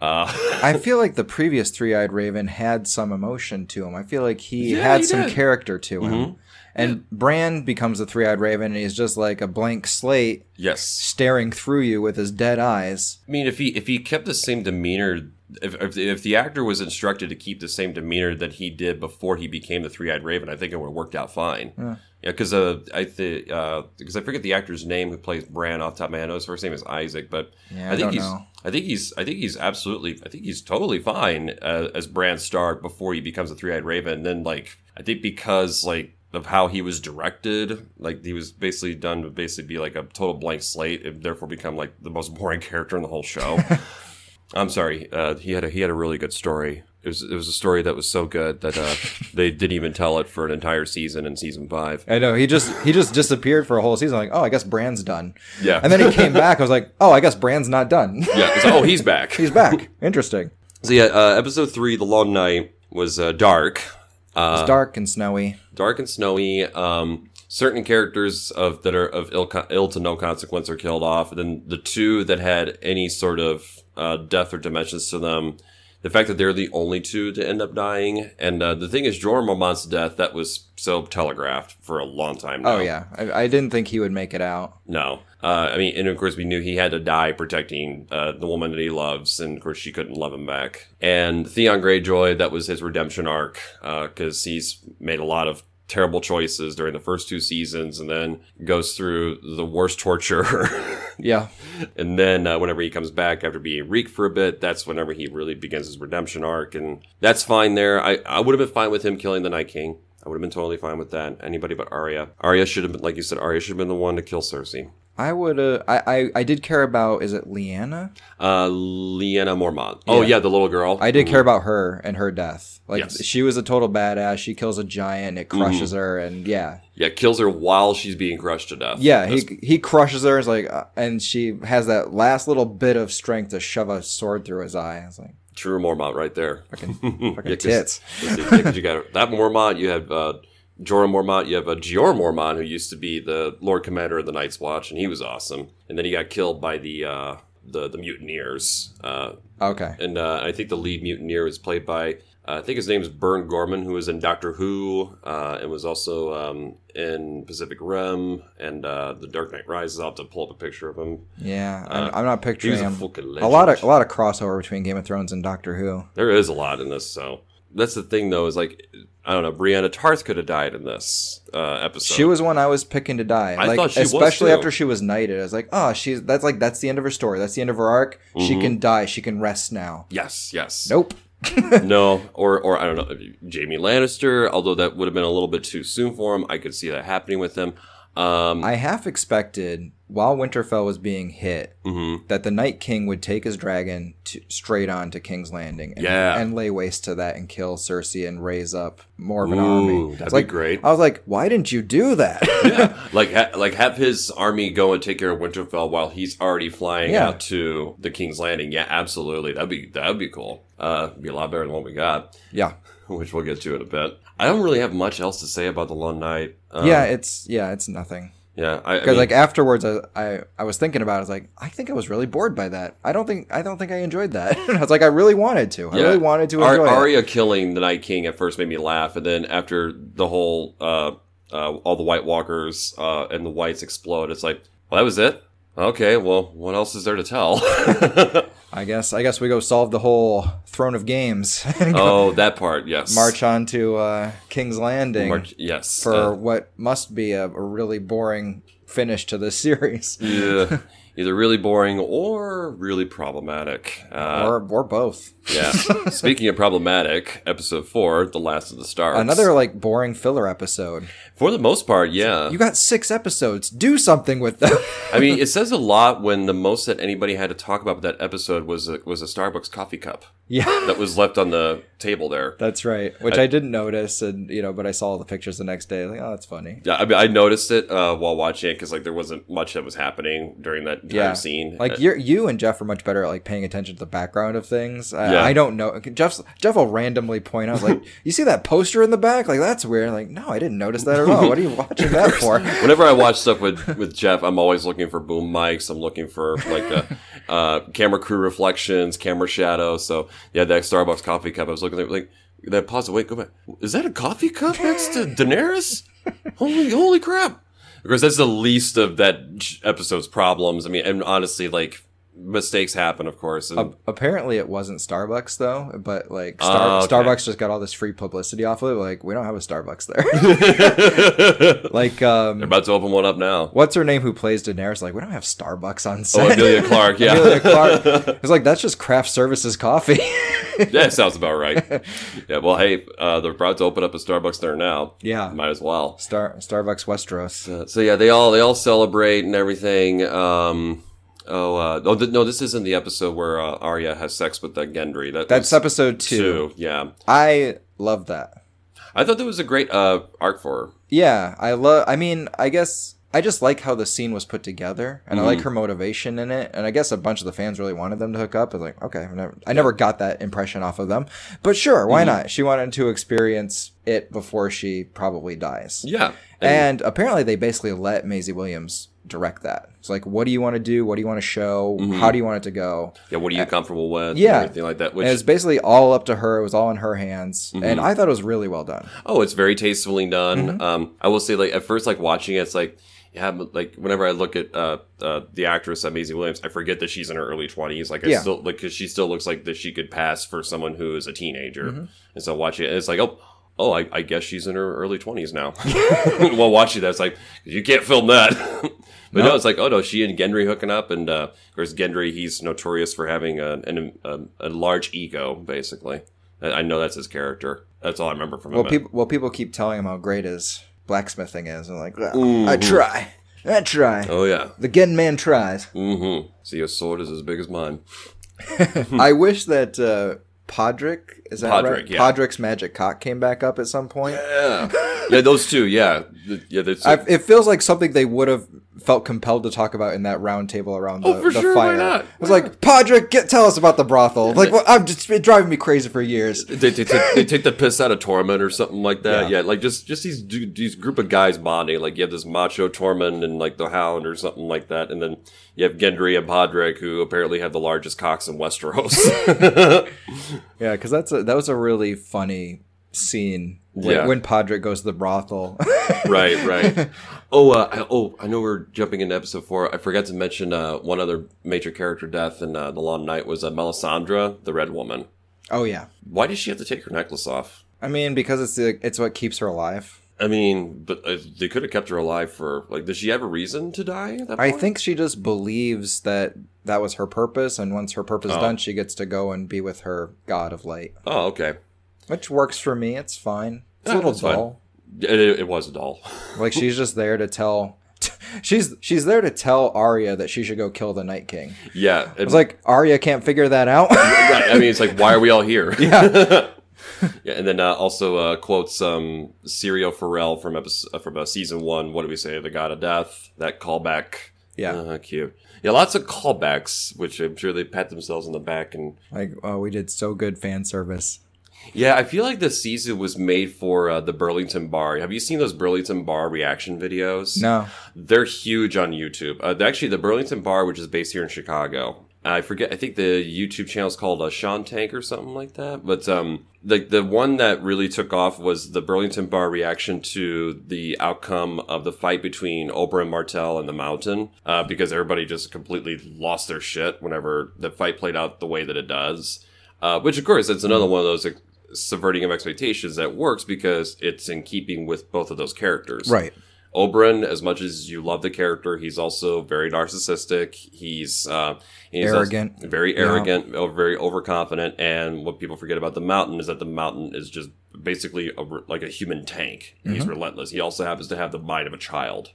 S2: Uh,
S1: I feel like the previous Three Eyed Raven had some emotion to him. I feel like he
S2: Yeah,
S1: had
S2: he
S1: some
S2: did.
S1: character to him.
S2: Mm-hmm.
S1: And Bran becomes the Three Eyed Raven, and he's just like a blank slate
S2: yes,
S1: staring through you with his dead eyes.
S2: I mean, if he if he kept the same demeanor, if if, if the actor was instructed to keep the same demeanor that he did before he became the Three Eyed Raven, I think it would have worked out fine. Yeah, because uh, I think uh, because I forget the actor's name who plays Bran off the top of my head. I know his first name is Isaac, but
S1: Yeah, I
S2: think
S1: don't
S2: he's
S1: know.
S2: I think he's I think he's absolutely I think he's totally fine uh, as Bran Stark before he becomes a Three Eyed Raven. And then like I think because like of how he was directed, like he was basically done to basically be like a total blank slate, and therefore become like the most boring character in the whole show. I'm sorry. Uh, he had a, he had a really good story. It It was it was a story that was so good that uh, they didn't even tell it for an entire season in season five.
S1: I know he just he just disappeared for a whole season. Like, oh, I guess Brand's done.
S2: Yeah.
S1: And then he came back. I was like, oh, I guess Brand's not done.
S2: Yeah, it's, oh, he's back.
S1: He's back. Interesting.
S2: So yeah, uh, episode three, the long night was uh, dark, Uh.
S1: It's dark and snowy.
S2: dark and snowy. Um, certain characters of that are of ill, co- ill to no consequence are killed off. And then the two that had any sort of uh, death or dimensions to them, the fact that they're the only two to end up dying, and uh, the thing is, Jorah Mormont's death that was so telegraphed for a long time. Now.
S1: Oh yeah, I, I didn't think he would make it out.
S2: No. Uh, I mean, and of course, we knew he had to die protecting uh, the woman that he loves, and of course, she couldn't love him back. And Theon Greyjoy, that was his redemption arc, because he's made a lot of terrible choices during the first two seasons, and then goes through the worst torture.
S1: Yeah,
S2: and then uh, whenever he comes back after being reeked for a bit, that's whenever he really begins his redemption arc, and that's fine there. I, I would have been fine with him killing the Night King. I would have been totally fine with that. Anybody but Arya. Arya should have been, like you said, Arya should have been the one to kill Cersei.
S1: I would. Uh, I, I I did care about. Is it Leanna?
S2: Uh, Leanna Mormont. Oh yeah, the little girl.
S1: I did care about her and her death. Like
S2: Mm-hmm. Yes. Mm-hmm.
S1: she was a total badass. She kills a giant. It crushes her, and yeah,
S2: yeah, kills her while she's being crushed to death.
S1: yeah. He he crushes her. And is like, uh, and she has that last little bit of strength to shove a sword through his eye. I was like,
S2: true Mormont right there.
S1: fucking, fucking
S2: Yeah, 'cause-
S1: tits.
S2: yeah, 'cause you got that Mormont. You have uh, Jorah Mormont. You have uh, Gior Mormont, who used to be the Lord Commander of the Night's Watch, and he was awesome. And then he got killed by the uh, the the mutineers. Uh,
S1: Okay.
S2: and uh, I think the lead mutineer was played by. Uh, I think his name is Bern Gorman, who was in Doctor Who uh, and was also um, in Pacific Rim and uh, The Dark Knight Rises. I'll have to pull up a picture of him.
S1: Yeah, I'm, I'm not
S2: He
S1: picturing
S2: was
S1: him.
S2: Uh, a fucking legend.
S1: a lot of a lot of crossover between Game of Thrones and Doctor Who.
S2: there is a lot in this. So that's the thing, though, is like I don't know. Brianna Tarth could have died in this uh, episode.
S1: She was one I was picking to die.
S2: I
S1: like
S2: thought she was,
S1: especially
S2: too.
S1: after she was knighted. I was like, oh, she's that's like that's the end of her story. That's the end of her arc.
S2: Mm-hmm.
S1: She can die. She can rest now.
S2: yes, yes.
S1: Nope.
S2: no, or or I don't know, Jamie Lannister. Although that would have been a little bit too soon for him. I could see that happening with him. Um,
S1: I half expected while Winterfell was being hit
S2: mhm.
S1: that the Night King would take his dragon to, straight on to King's Landing and,
S2: Yeah.
S1: and lay waste to that and kill Cersei and raise up more of an
S2: Ooh,
S1: army.
S2: that'd
S1: It's
S2: be
S1: like,
S2: great.
S1: I was like, why didn't you do that?
S2: yeah, like ha- like have his army go and take care of Winterfell while he's already flying
S1: Yeah.
S2: out to the King's Landing. Yeah, absolutely. That'd be that'd be cool. Uh, be a lot better than what we got,
S1: yeah.
S2: which we'll get to in a bit. I don't really have much else to say about the Long Night. Um,
S1: yeah, it's yeah, it's nothing.
S2: yeah. I, I
S1: Because
S2: mean,
S1: like afterwards, I, I I was thinking about. it. I was like, I think I was really bored by that. I don't think I don't think I enjoyed that. I was like, I really wanted to. I
S2: Yeah.
S1: really wanted to
S2: Ar-
S1: enjoy it.
S2: Arya killing the Night King at first made me laugh, and then after the whole uh, uh, all the White Walkers uh, and the Whites explode, it's like, well, that was it. Okay, well, what else is there to tell?
S1: I guess I guess we go solve the whole Throne of Games and go
S2: oh, that part, yes.
S1: march on to uh, King's Landing
S2: March- yes.
S1: for
S2: uh,
S1: what must be a, a really boring finish to this series,
S2: Uh, yeah, either really boring or really problematic. Uh,
S1: or or both.
S2: yeah. Speaking of problematic, episode four, the last of the stars.
S1: Another like boring filler episode.
S2: for the most part, yeah.
S1: You got six episodes. Do something with them.
S2: I mean, it says a lot when the most that anybody had to talk about with that episode was a, was a Starbucks coffee cup
S1: yeah.
S2: that was left on the table there.
S1: That's right. Which I, didn't notice, and you know, but I saw the pictures the next day. Like, oh, that's funny.
S2: Yeah, I mean, I noticed it uh, while watching it because like there wasn't much that was happening during that entire
S1: Yeah,
S2: scene. Uh,
S1: Like you, you and Jeff are much better at like paying attention to the background of things. I,
S2: Yeah.
S1: I don't know. Jeff's Jeff will randomly point out, like, you see that poster in the back? Like, that's weird. Like, no, I didn't notice that at all. What are you watching that for?
S2: Whenever I watch stuff with, with Jeff, I'm always looking for boom mics. I'm looking for like uh uh, camera crew reflections, camera shadows. So yeah, that Starbucks coffee cup. I was looking at it, like that. Pause. Wait, go back. Is that a coffee cup next to Daenerys? holy, holy crap! Of course, that's the least of that episode's problems. I mean, and honestly, like mistakes happen, of course. And,
S1: Apparently, it wasn't Starbucks though. But like,
S2: Oh,
S1: Star-
S2: okay.
S1: Starbucks just got all this free publicity off of it. Like, we don't have a Starbucks there. like,
S2: they're
S1: um,
S2: about to open one up now.
S1: what's her name who plays Daenerys? Like, we don't have Starbucks on
S2: Oh,
S1: set.
S2: Amelia Clark. Yeah,
S1: Amelia Clark. It's like that's just craft services coffee.
S2: that sounds about right. Yeah. Well, hey, uh, they're about to open up a Starbucks there now.
S1: Yeah.
S2: Might as well.
S1: Star Starbucks Westeros.
S2: Uh, so yeah, they all they all celebrate and everything. Um, Oh, uh, oh th- no, this isn't the episode where uh, Arya has sex with uh, Gendry. That
S1: That's
S2: was
S1: episode two.
S2: two. Yeah,
S1: I love that.
S2: I thought that was a great uh, arc for her.
S1: Yeah, I love. I mean, I guess I just like how the scene was put together, and I
S2: Mm-hmm.
S1: like her motivation in it. And I guess a bunch of the fans really wanted them to hook up. I was like, okay, I've never, I never got that impression off of them, but sure, why
S2: Mm-hmm.
S1: not? She wanted to experience it before she probably dies.
S2: Yeah,
S1: And apparently, they basically let Maisie Williams direct that. It's like, what do you want to do? What do you want to show?
S2: Mm-hmm.
S1: How do you want it to go?
S2: yeah, what are you comfortable with? and
S1: yeah.
S2: everything like that. Which
S1: And
S2: Mm-hmm.
S1: it was basically all up to her. It was all in her hands, and I thought it was really well done.
S2: Oh, it's very tastefully done.
S1: Mm-hmm.
S2: Um, I will say, like at first, like watching it, it's like yeah, but, like whenever I look at uh, uh the actress uh, Maisie Williams, I forget that she's in her early twenties. Like I
S1: Yeah.
S2: still like because she still looks like that she could pass for someone who is a teenager.
S1: Mm-hmm.
S2: And so watching it, it's like oh. Oh, I, I guess she's in her early twenties now. well, watching that, it's like you can't film that. but no.
S1: No.
S2: it's like oh no, she and Gendry hooking up, and uh, of course Gendry, he's notorious for having a, an, a, a large ego, basically. I, I know that's his character. That's all I remember from him.
S1: Well,
S2: but-
S1: people well people keep telling him how great his blacksmithing is, and like I try, I try.
S2: Mm-hmm. Oh yeah.
S1: The Gen Man tries.
S2: Mm-hmm. See, your sword is as big as mine.
S1: I wish that uh, Podrick is that
S2: Podrick,
S1: right?
S2: yeah.
S1: Podrick's magic cock came back up at some point.
S2: Yeah. yeah, those two. Yeah, Th- yeah. That's
S1: I, it feels like something they would have felt compelled to talk about in that round table around the,
S2: Oh, for
S1: the
S2: sure, why
S1: fire.
S2: not?
S1: It was like Podrick, get tell us about the brothel. Like well, I'm just been driving me crazy for years.
S2: they, they, take, they take the piss out of Tormund or something like that. Yeah, like just just these du- these group of guys bonding. Like you have this macho Tormund and like the Hound or something like that, and then you have Gendry and Podrick, who apparently have the largest cocks in Westeros.
S1: Yeah, because that's a, that was a really funny scene when,
S2: Yeah.
S1: when Podrick goes to the brothel.
S2: right, right. Oh, uh, I, oh, I know we're jumping into episode four. I forgot to mention uh, one other major character death in uh, the Long Night was uh, Melisandre, the Red Woman.
S1: oh yeah.
S2: Why did she have to take her necklace off?
S1: I mean, because it's the, it's what keeps her alive.
S2: I mean, but uh, they could have kept her alive for like. Does she have a reason to die? At that
S1: I
S2: point?
S1: think she just believes that that was her purpose, and once her purpose
S2: Oh.
S1: done, she gets to go and be with her god of light,
S2: Oh, okay.
S1: which works for me. It's fine. It's a
S2: Yeah,
S1: little
S2: it's fine.
S1: dull.
S2: It, it, it was a doll.
S1: Like she's just there to tell. She's she's there to tell Arya that she should go kill the Night King.
S2: yeah, it
S1: It's like Arya can't figure that out.
S2: right. I mean, it's like why are we all here? Yeah. yeah, and then uh, also uh, quotes um, Serial Pharrell from episode, uh, from uh, season one. What do we say? The God of Death. That callback.
S1: Yeah.
S2: Uh, cute. Yeah, lots of callbacks, which I'm sure they pat themselves on the back and
S1: like, oh, we did so good fan service.
S2: Yeah, I feel like this season was made for uh, the Burlington Bar. Have you seen those Burlington Bar reaction videos?
S1: No,
S2: They're huge on YouTube. Uh, actually, the Burlington Bar, which is based here in Chicago, I forget. I think the YouTube channel is called uh, Sean Tank or something like that. But um, the the one that really took off was the Burlington Bar reaction to the outcome of the fight between Oberyn Martell and the Mountain, uh, because everybody just completely lost their shit whenever the fight played out the way that it does. Uh, which, of course, it's another one of those. Like, subverting of expectations that works because it's in keeping with both of those characters
S1: right?
S2: Oberyn, as much as you love the character, he's also very narcissistic. He's, uh, he's also
S1: Arrogant.
S2: very arrogant, o- very overconfident. And what people forget about the Mountain is that the Mountain is just basically a, re- like a human tank. He's relentless. He also happens to have the mind of a child,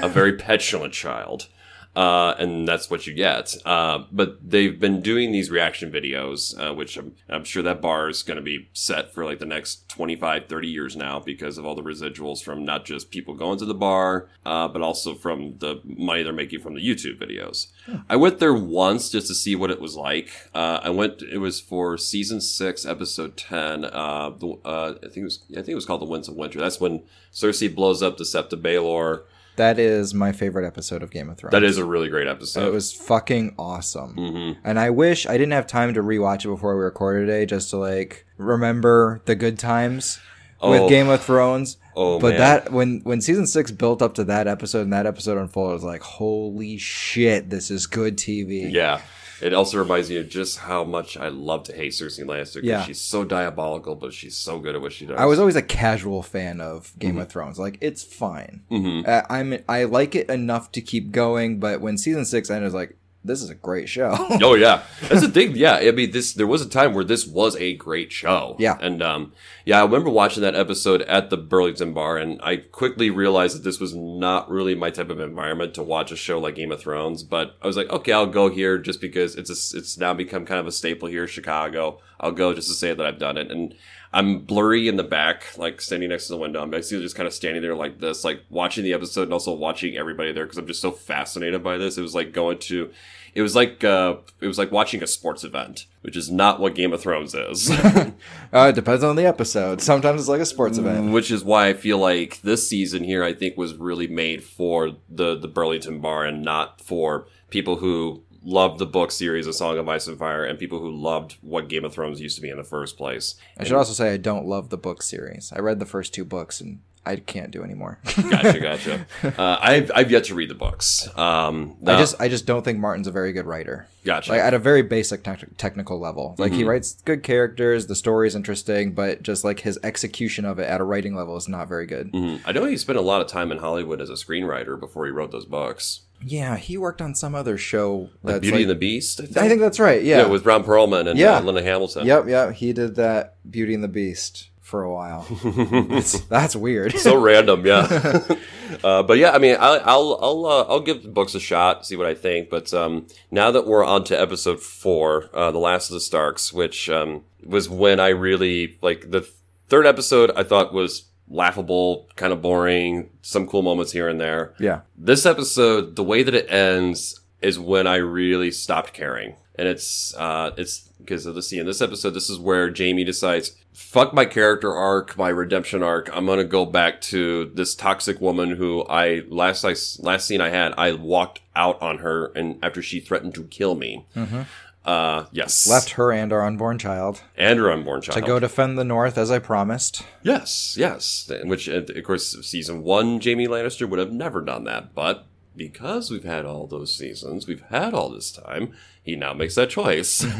S2: a very petulant child. Uh, and that's what you get. Uh, but they've been doing these reaction videos, uh, which I'm, I'm sure that bar is going to be set for like the next 25, 30 years now because of all the residuals from not just people going to the bar, uh, but also from the money they're making from the YouTube videos. I went there once just to see what it was like. Uh, I went, it was for season six, episode 10. Uh, the, uh, I think it was, I think it was called The Winds of Winter. That's when Cersei blows up the Septa Baelor.
S1: That is my favorite episode of Game of Thrones.
S2: That is a really great episode.
S1: It was fucking awesome.
S2: Mhm.
S1: And I wish I didn't have time to rewatch it before we recorded today just to like remember the good times
S2: Oh.
S1: with Game of Thrones.
S2: Oh,
S1: but
S2: man.
S1: that when when season 6 built up to that episode and that episode unfolded I was like holy shit this is good TV.
S2: Yeah. It also reminds me of just how much I love to hate Cersei Lannister because
S1: Yeah.
S2: she's so diabolical, but she's so good at what she does.
S1: I was always a casual fan of Game
S2: Mm-hmm.
S1: of Thrones. Like it's fine. Uh, I'm I like it enough to keep going, but when season 6 ended I was like this is a great show.
S2: oh yeah, that's the thing. Yeah, I mean, this there was a time where this was a great show.
S1: Yeah.
S2: and um, yeah, I remember watching that episode at the Burlington Bar, and I quickly realized that this was not really my type of environment to watch a show like Game of Thrones. But I was like, okay, I'll go here just because it's a, it's now become kind of a staple here, in Chicago. I'll go just to say that I've done it, and I'm blurry in the back, like standing next to the window. I'm basically just kind of standing there like this, like watching the episode and also watching everybody there because I'm just so fascinated by this. It was like going to, it was like uh, it was like watching a sports event, which is not what Game of Thrones is.
S1: uh, it depends on the episode. Sometimes it's like a sports
S2: Mm.
S1: event.
S2: Which is why I feel like this season here, I think, was really made for the the Burlington Bar and not for people who loved the book series A Song of Ice and Fire and people who loved what Game of Thrones used to be in the first place.
S1: I should also say I don't love the book series. I read the first two books and I can't do anymore.
S2: Gotcha, gotcha. Uh, I've I've yet to read the books. Um,
S1: I
S2: no,
S1: just I just don't think Martin's a very good writer.
S2: gotcha. Mm-hmm.
S1: Like at a very basic tec- technical level. Like he writes good characters, the story's interesting, but just like his execution of it at a writing level is not very good.
S2: Mhm. I know he spent a lot of time in Hollywood as a screenwriter before he wrote those books.
S1: Yeah, he worked on some other show that's
S2: Beauty
S1: like-
S2: and the Beast. I think,
S1: I think that's right.
S2: yeah.
S1: Yeah.
S2: with Ron Perlman and
S1: Yeah.
S2: uh, Linda Hamilton.
S1: yep, yep. He did that Beauty and the Beast for a while. that's, that's weird.
S2: so random, yeah. uh, but yeah, I mean, I, I'll I'll uh, I'll give the books a shot, see what I think. But um, now that we're on to episode four, uh, the last of the Starks, which um, was when I really like the third episode, I thought was laughable, kind of boring, some cool moments here and there.
S1: yeah.
S2: This episode, the way that it ends is when I really stopped caring. And it's uh it's because of the scene in this episode, this is where Jamie decides, fuck my character arc, my redemption arc. I'm gonna go back to this toxic woman who I last I s- last scene I had, I walked out on her and after she threatened to kill me.
S1: Mhm.
S2: Uh yes.
S1: Left her and our unborn child
S2: and her unborn child.
S1: to go defend the North as I promised.
S2: Yes, yes. In Which, uh, of course, season one, Jamie Lannister would have never done that. But because we've had all those seasons, we've had all this time, he now makes that choice.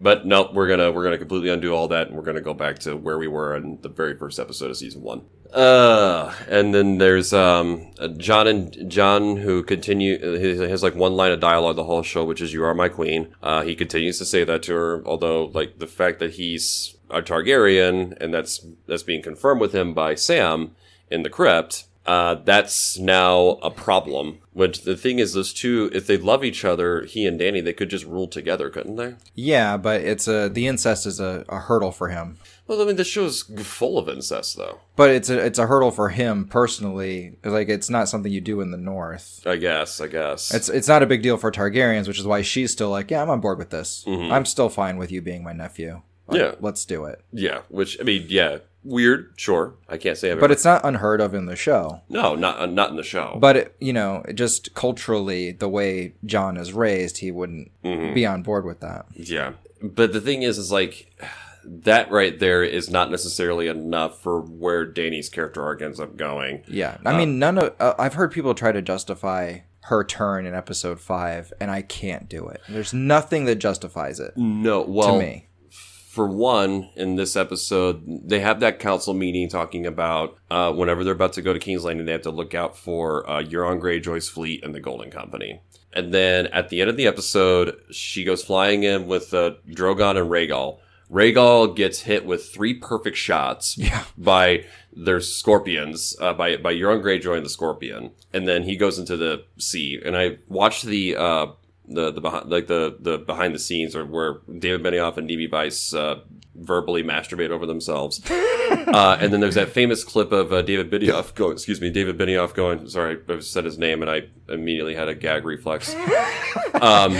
S2: But no, we're gonna we're gonna completely undo all that, and we're gonna go back to where we were in the very first episode of season one. Uh, and then there's um uh, John and John who continue uh, he has like one line of dialogue the whole show, which is "You are my queen." Uh, he continues to say that to her, although like the fact that he's a Targaryen and that's that's being confirmed with him by Sam in the crypt. Uh, that's now a problem. Which the thing is, those two, if they love each other, he and Danny, they could just rule together, couldn't they?
S1: Yeah, but it's a the incest is a, a hurdle for him.
S2: Well, I mean, this show's full of incest, though.
S1: But it's a it's a hurdle for him personally. Like it's not something you do in the North.
S2: I guess. I guess.
S1: It's it's not a big deal for Targaryens, which is why she's still like, yeah, I'm on board with this. I'm still fine with you being my nephew. Like,
S2: Mm-hmm. Yeah.
S1: let's do it.
S2: yeah. Which I mean, yeah. Weird. Sure. I can't say. I've
S1: But
S2: ever-
S1: it's not unheard of in the show.
S2: no, not uh, not in the show.
S1: But it, you know, it just culturally, the way John is raised, he wouldn't
S2: Mm-hmm.
S1: be on board with that.
S2: yeah. But the thing is, is like that right there is not necessarily enough for where Danny's character arc ends up going.
S1: Yeah,
S2: Um,
S1: I mean, none of uh, I've heard people try to justify her turn in episode five, and I can't do it. There's nothing that justifies it
S2: No. Well,
S1: to me.
S2: for one, in this episode, they have that council meeting talking about uh, whenever they're about to go to King's Landing, they have to look out for uh, Euron Greyjoy's fleet and the Golden Company. And then at the end of the episode, she goes flying in with uh, Drogon and Rhaegal. Rhaegal gets hit with three perfect shots by their scorpions, uh, by by Euron Greyjoy and the Scorpion, and then he goes into the sea. And I watched the uh, the the behind like the the behind the scenes or where David Benioff and DB Weiss uh, verbally masturbate over themselves. uh, and then there's that famous clip of uh, David Benioff going, excuse me, David Benioff going, sorry, I said his name and I immediately had a gag reflex. Um,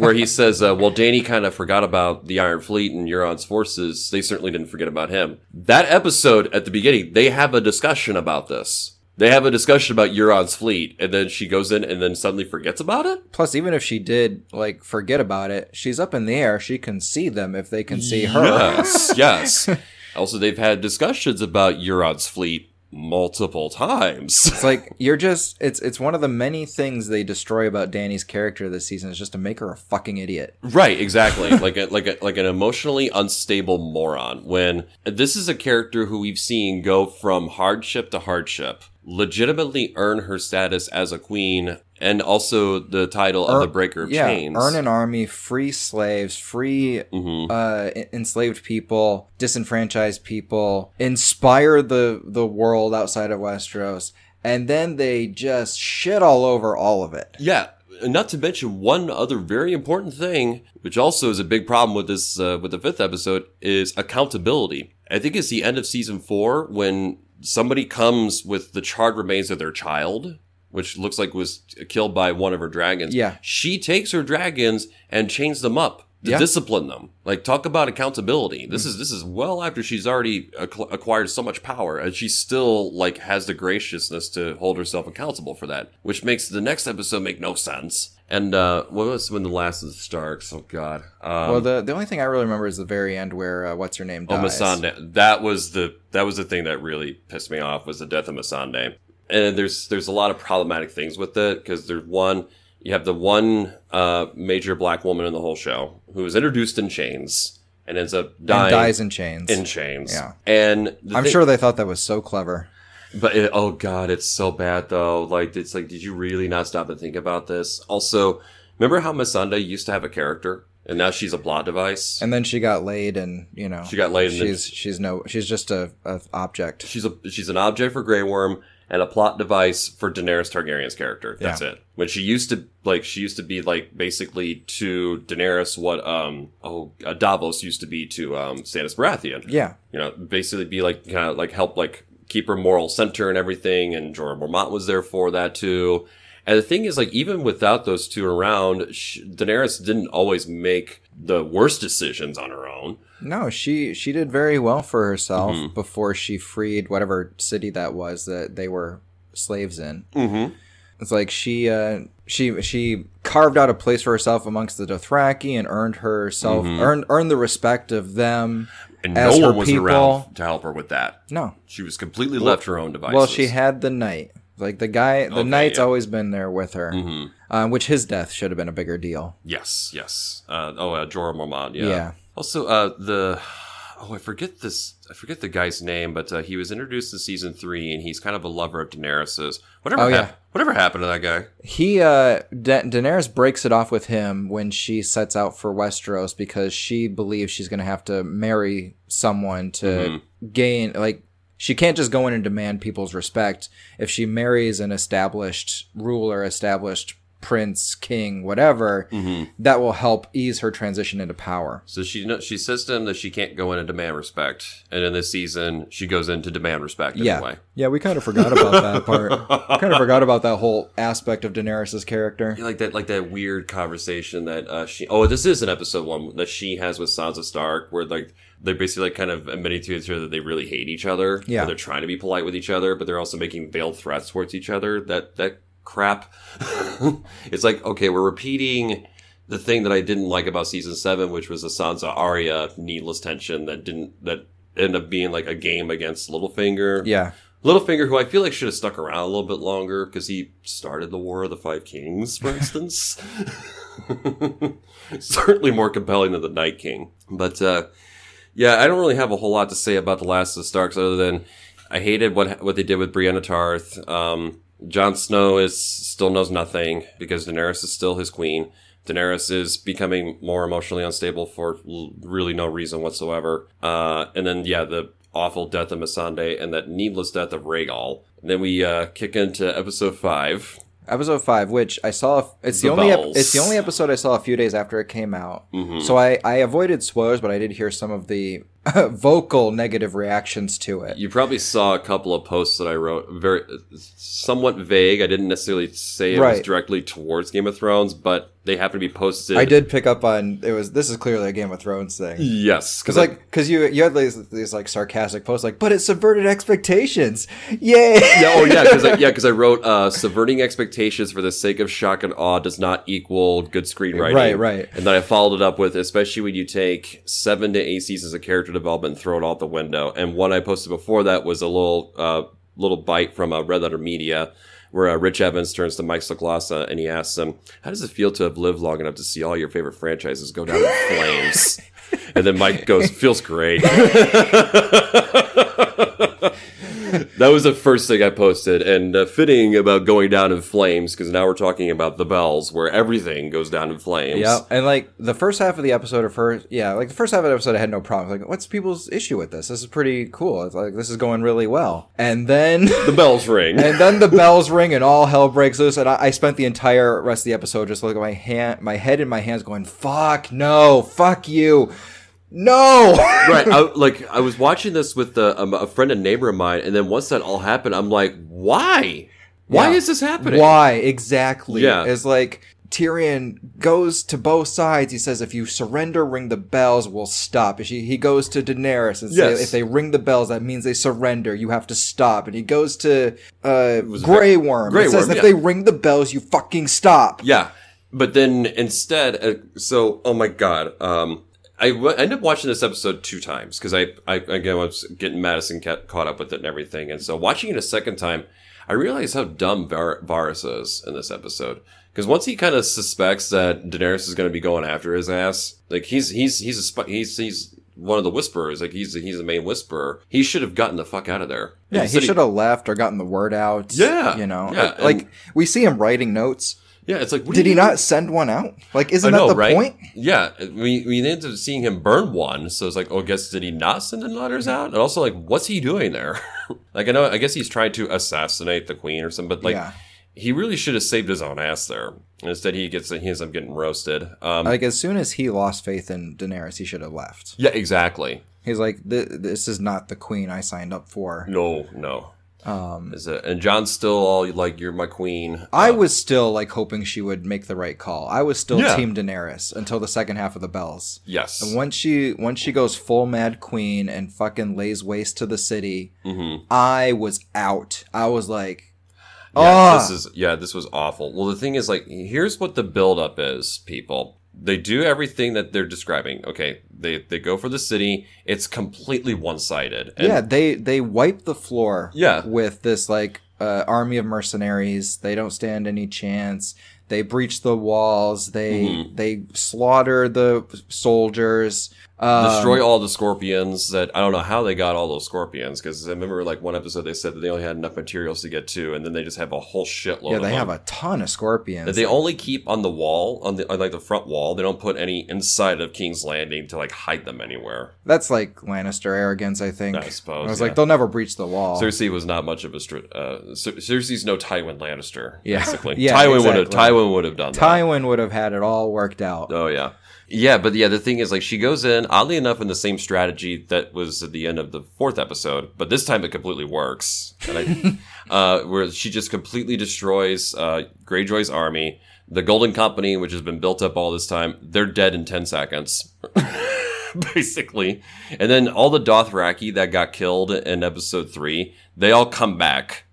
S2: where he says, uh, well, Danny kind of forgot about the Iron Fleet and Euron's forces. They certainly didn't forget about him. That episode at the beginning, they have a discussion about this. They have a discussion about Euron's fleet, and then she goes in and then suddenly forgets about it.
S1: Plus, even if she did like forget about it, she's up in the air. She can see them if they can see her.
S2: Yes, yes. Also, they've had discussions about Euron's fleet multiple times.
S1: It's like you're just it's it's one of the many things they destroy about Danny's character this season is just to make her a fucking idiot.
S2: Right, exactly. like a, like a, like an emotionally unstable moron. When this is a character who we've seen go from hardship to hardship, legitimately earn her status as a queen and also the title
S1: Earn-
S2: of the Breaker of
S1: yeah,
S2: Chains.
S1: earn an army, free slaves, free
S2: Mhm.
S1: uh, en- enslaved people, disenfranchised people, inspire the the world outside of Westeros, and then they just shit all over all of it.
S2: Yeah, and not to mention one other very important thing, which also is a big problem with this uh, with the fifth episode, is accountability. I think it's the end of season four when somebody comes with the charred remains of their child, which looks like was killed by one of her dragons.
S1: Yeah.
S2: she takes her dragons and chains them up. To
S1: Yeah. Mm.
S2: discipline them, like talk about accountability. This is this is well after she's already acqu- acquired so much power, and she still like has the graciousness to hold herself accountable for that, which makes the next episode make no sense. And uh, what was when the last of the Starks? Oh God, um,
S1: well, the the only thing I really remember is the very end where uh, what's her name
S2: Oh,
S1: dies.
S2: Masande. That was the that was the thing that really pissed me off was the death of Masande. And there's there's a lot of problematic things with it because there's one you have the one uh, major black woman in the whole show who is introduced in chains and ends up
S1: and
S2: dying
S1: dies in chains.
S2: in chains.
S1: Yeah.
S2: and the
S1: I'm
S2: thing-
S1: sure they thought that was so clever.
S2: but it, oh god, it's so bad though. Like it's like, did you really not stop to think about this? Also, remember how Masanda used to have a character and now she's a plot device.
S1: And then she got laid, and you know
S2: she got laid. in the-
S1: she's she's no she's just a, a object.
S2: she's a she's an object for Grey Worm and a plot device for Daenerys Targaryen's character. That's it. When she used to like she used to be like basically to Daenerys what um oh uh, Davos used to be to um Stannis Baratheon.
S1: Yeah,
S2: You know, basically be like kind of like help like keep her moral center and everything and Jorah Mormont was there for that too. And the thing is like even without those two around, sh Daenerys didn't always make the worst decisions on her own.
S1: no, she she did very well for herself
S2: Mm-hmm.
S1: before she freed whatever city that was that they were slaves in.
S2: Mm-hmm.
S1: It's like she uh, she she carved out a place for herself amongst the Dothraki and earned herself
S2: Mm-hmm.
S1: earned earned the respect of them.
S2: And
S1: As
S2: no
S1: her
S2: one was
S1: people-
S2: around to help her with that.
S1: No,
S2: She was completely left her own devices.
S1: well she had the knight. Like the guy, the
S2: Okay,
S1: knight's
S2: yeah. Mm-hmm.
S1: always been there with her, um, which his death should have been a bigger deal.
S2: Yes, yes. Uh, oh, uh, Jorah Mormont. Yeah.
S1: Yeah.
S2: Also, uh, the oh, I forget this. I forget the guy's name, but uh, he was introduced in season three, and he's kind of a lover of Daenerys's. Whatever.
S1: Oh,
S2: hap-
S1: yeah.
S2: Whatever happened to that guy?
S1: He uh, da- Daenerys breaks it off with him when she sets out for Westeros because she believes she's going to have to marry someone to gain like she can't just go in and demand people's respect if she marries an established ruler, established prince, king, whatever. That will help ease her transition into power.
S2: So she kno- she says to him that she can't go in and demand respect, and in this season she goes in to demand respect
S1: Yeah,
S2: anyway.
S1: yeah, we kind of forgot about that part. kind of forgot about that whole aspect of Daenerys's character.
S2: like that like that weird conversation that uh she oh this is an episode one that she has with Sansa Stark where like they're basically like kind of admitting to each other that they really hate each other
S1: Yeah.
S2: Or they're trying to be polite with each other but they're also making veiled threats towards each other that that crap it's like okay we're repeating the thing that I didn't like about season seven which was the Sansa Arya needless tension that didn't that ended up being like a game against Littlefinger
S1: Yeah,
S2: Littlefinger, who I feel like should have stuck around a little bit longer because he started the War of the Five Kings, for instance. Certainly more compelling than the Night King. But uh, yeah, I don't really have a whole lot to say about The Last of the Starks other than I hated what what they did with Brienne of Tarth. Um, Jon Snow is still knows nothing because Daenerys is still his queen. Daenerys is becoming more emotionally unstable for l- really no reason whatsoever. Uh, and then yeah, the awful death of Missandei and that needless death of Rhaegal. And then we uh, kick into episode five.
S1: episode five, which I saw. It's the,
S2: The
S1: only ep-
S2: bells.
S1: it's the only episode I saw a few days after it came out.
S2: Mhm.
S1: So I I avoided spoilers, but I did hear some of the vocal negative reactions to it.
S2: You probably saw a couple of posts that I wrote, very somewhat vague. I didn't necessarily say it
S1: Right.
S2: was directly towards Game of Thrones, but they happen to be posted.
S1: I did pick up on it was this is clearly a Game of Thrones thing.
S2: Yes,
S1: Cause like, cause you you had these, these like sarcastic posts like, but it subverted expectations, yay!
S2: yeah, oh yeah, because I, yeah, 'cause I wrote uh, subverting expectations for the sake of shock and awe does not equal good screenwriting.
S1: Right, right.
S2: And then I followed it up with especially when you take seven to eight seasons of character development and throw it out the window. And one I posted before that was a little uh, little bite from uh, Red Letter Media. Where uh, Rich Evans turns to Mike Saclassa and he asks him, "How does it feel to have lived long enough to see all your favorite franchises go down in flames?" And then Mike goes, "Feels great." that was the first thing I posted, and uh, fitting about going down in flames because now we're talking about the bells, where everything goes down in flames.
S1: Yeah, and like the first half of the episode of her, yeah, like the first half of the episode, I had no problem. Like, what's people's issue with this? This is pretty cool. It's like this is going really well. And then,
S2: the bells ring.
S1: and then the bells ring, and all hell breaks loose. And I, I spent the entire rest of the episode just looking at my hand, my head in my hands, going, "Fuck no, fuck you, no."
S2: right, I, like I was watching this with a, um, a friend and neighbor of mine, and then once that all happened, I'm like, why? Why
S1: Yeah.
S2: is this happening?
S1: Why exactly?
S2: Yeah.
S1: It's like Tyrion goes to both sides. He says, "If you surrender, ring the bells. We'll stop." She, he goes to Daenerys and
S2: Yes.
S1: says, "If they ring the bells, that means they surrender. You have to stop." And he goes to uh,
S2: was
S1: Grey Worm.
S2: Grey
S1: and says,
S2: Worm,
S1: "If
S2: yeah.
S1: they ring the bells, you fucking stop."
S2: Yeah, but then instead, uh, so oh my god, um, I w- I ended up watching this episode two times because I, I again I was getting Madison ca- caught up with it and everything, and so watching it a second time, I realized how dumb Var- Varys is in this episode because once he kind of suspects that Daenerys is going to be going after his ass, like he's he's he's a sp- he's he's one of the whisperers, like he's he's the main whisperer. He should have gotten the fuck out of there.
S1: Yeah, he
S2: Instead
S1: should have left or gotten the word out.
S2: Yeah,
S1: you know,
S2: yeah,
S1: like
S2: and-
S1: we see him writing notes.
S2: Yeah, it's like what are
S1: Did he
S2: you
S1: not send one out? Like, isn't
S2: I know,
S1: that the
S2: right?
S1: point?
S2: Yeah, we we ended up seeing him burn one, so it's like, oh, I guess did he not send the letters
S1: Mm-hmm.
S2: out? And also, like, what's he doing there? like, I know, I guess he's trying to assassinate the queen or something, but like,
S1: Yeah.
S2: he really should have saved his own ass there. Instead, he gets he ends up getting roasted. Um,
S1: Like, as soon as he lost faith in Daenerys, he should have left.
S2: yeah, exactly.
S1: He's like, "Th- this is not the queen I signed up for.
S2: No, no.
S1: Um,
S2: Is it, and John's still all like, you're my queen.
S1: I was still like hoping she would make the right call. I was still
S2: Uh. Yeah.
S1: Team Daenerys until the second half of the bells.
S2: Yes.
S1: And once she once she goes full mad queen and fucking lays waste to the city,
S2: mm-hmm.
S1: I was out. I was like,
S2: Yeah,
S1: oh,
S2: this is yeah, this was awful. Well, the thing is, like, here's what the buildup is, people. They do everything that they're describing. Okay, they they go for the city. It's completely one sided.
S1: yeah. They they wipe the floor.
S2: Yeah.
S1: with this like uh, army of mercenaries. They don't stand any chance. They breach the walls. They
S2: Mm-hmm.
S1: they slaughter the soldiers. Um,
S2: destroy all the scorpions. That I don't know how they got all those scorpions because I remember like one episode they said that they only had enough materials to get two, and then they just have a whole shitload.
S1: Yeah,
S2: of
S1: they
S2: them.
S1: have a ton of scorpions.
S2: that they only keep on the wall on the on, like the front wall. They don't put any inside of King's Landing to like hide them anywhere.
S1: That's like Lannister arrogance, I think.
S2: I suppose,
S1: I was
S2: yeah.
S1: like, they'll never breach the wall.
S2: Cersei was not much of a str- uh, Cer- Cersei's no Tywin Lannister.
S1: Yeah.
S2: basically.
S1: Yeah,
S2: Tywin would have
S1: exactly.
S2: Tywin would have done that.
S1: Tywin would have had it all worked out.
S2: Oh yeah, yeah. But yeah, the thing is, like, she goes in oddly enough in the same strategy that was at the end of the fourth episode, but this time it completely works. And I, uh, where she just completely destroys uh, Greyjoy's army. The Golden Company, which has been built up all this time, they're dead in ten seconds. basically. And then all the Dothraki that got killed in episode three, they all come back.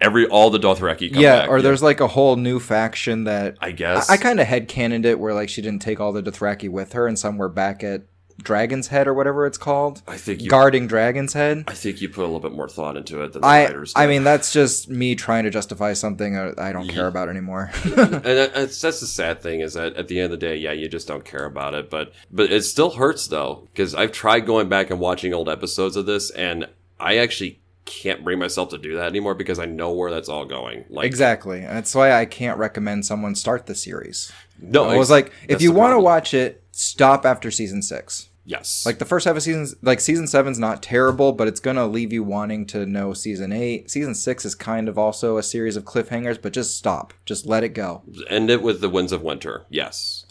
S2: Every all the Dothraki come
S1: yeah,
S2: back.
S1: or there's like a whole new faction that
S2: I
S1: I,
S2: guess
S1: I kind of headcanoned it where like she didn't take all the Dothraki with her and some were back at Dragon's Head or whatever it's called,
S2: I think you
S1: guarding Dragon's Head.
S2: I think you put a little bit more thought into it than the
S1: I
S2: writers.
S1: I
S2: did.
S1: mean that's just me trying to justify something I, I don't care about anymore.
S2: and that- that's, that's the sad thing is that at the end of the day, yeah, you just don't care about it. But but it still hurts though because I've tried going back and watching old episodes of this, and I actually can't bring myself to do that anymore because I know where that's all going. Like
S1: exactly. And that's why I can't recommend someone start the series.
S2: no,
S1: I was
S2: ex-
S1: like, if
S2: Oh, that's
S1: you
S2: the
S1: want to
S2: problem.
S1: watch it, stop after season six.
S2: yes,
S1: Like the first half of seasons, like season seven's not terrible, but it's gonna leave you wanting to know season eight. Season six is kind of also a series of cliffhangers, but just stop, just let it go.
S2: end it with the winds of winter. Yes,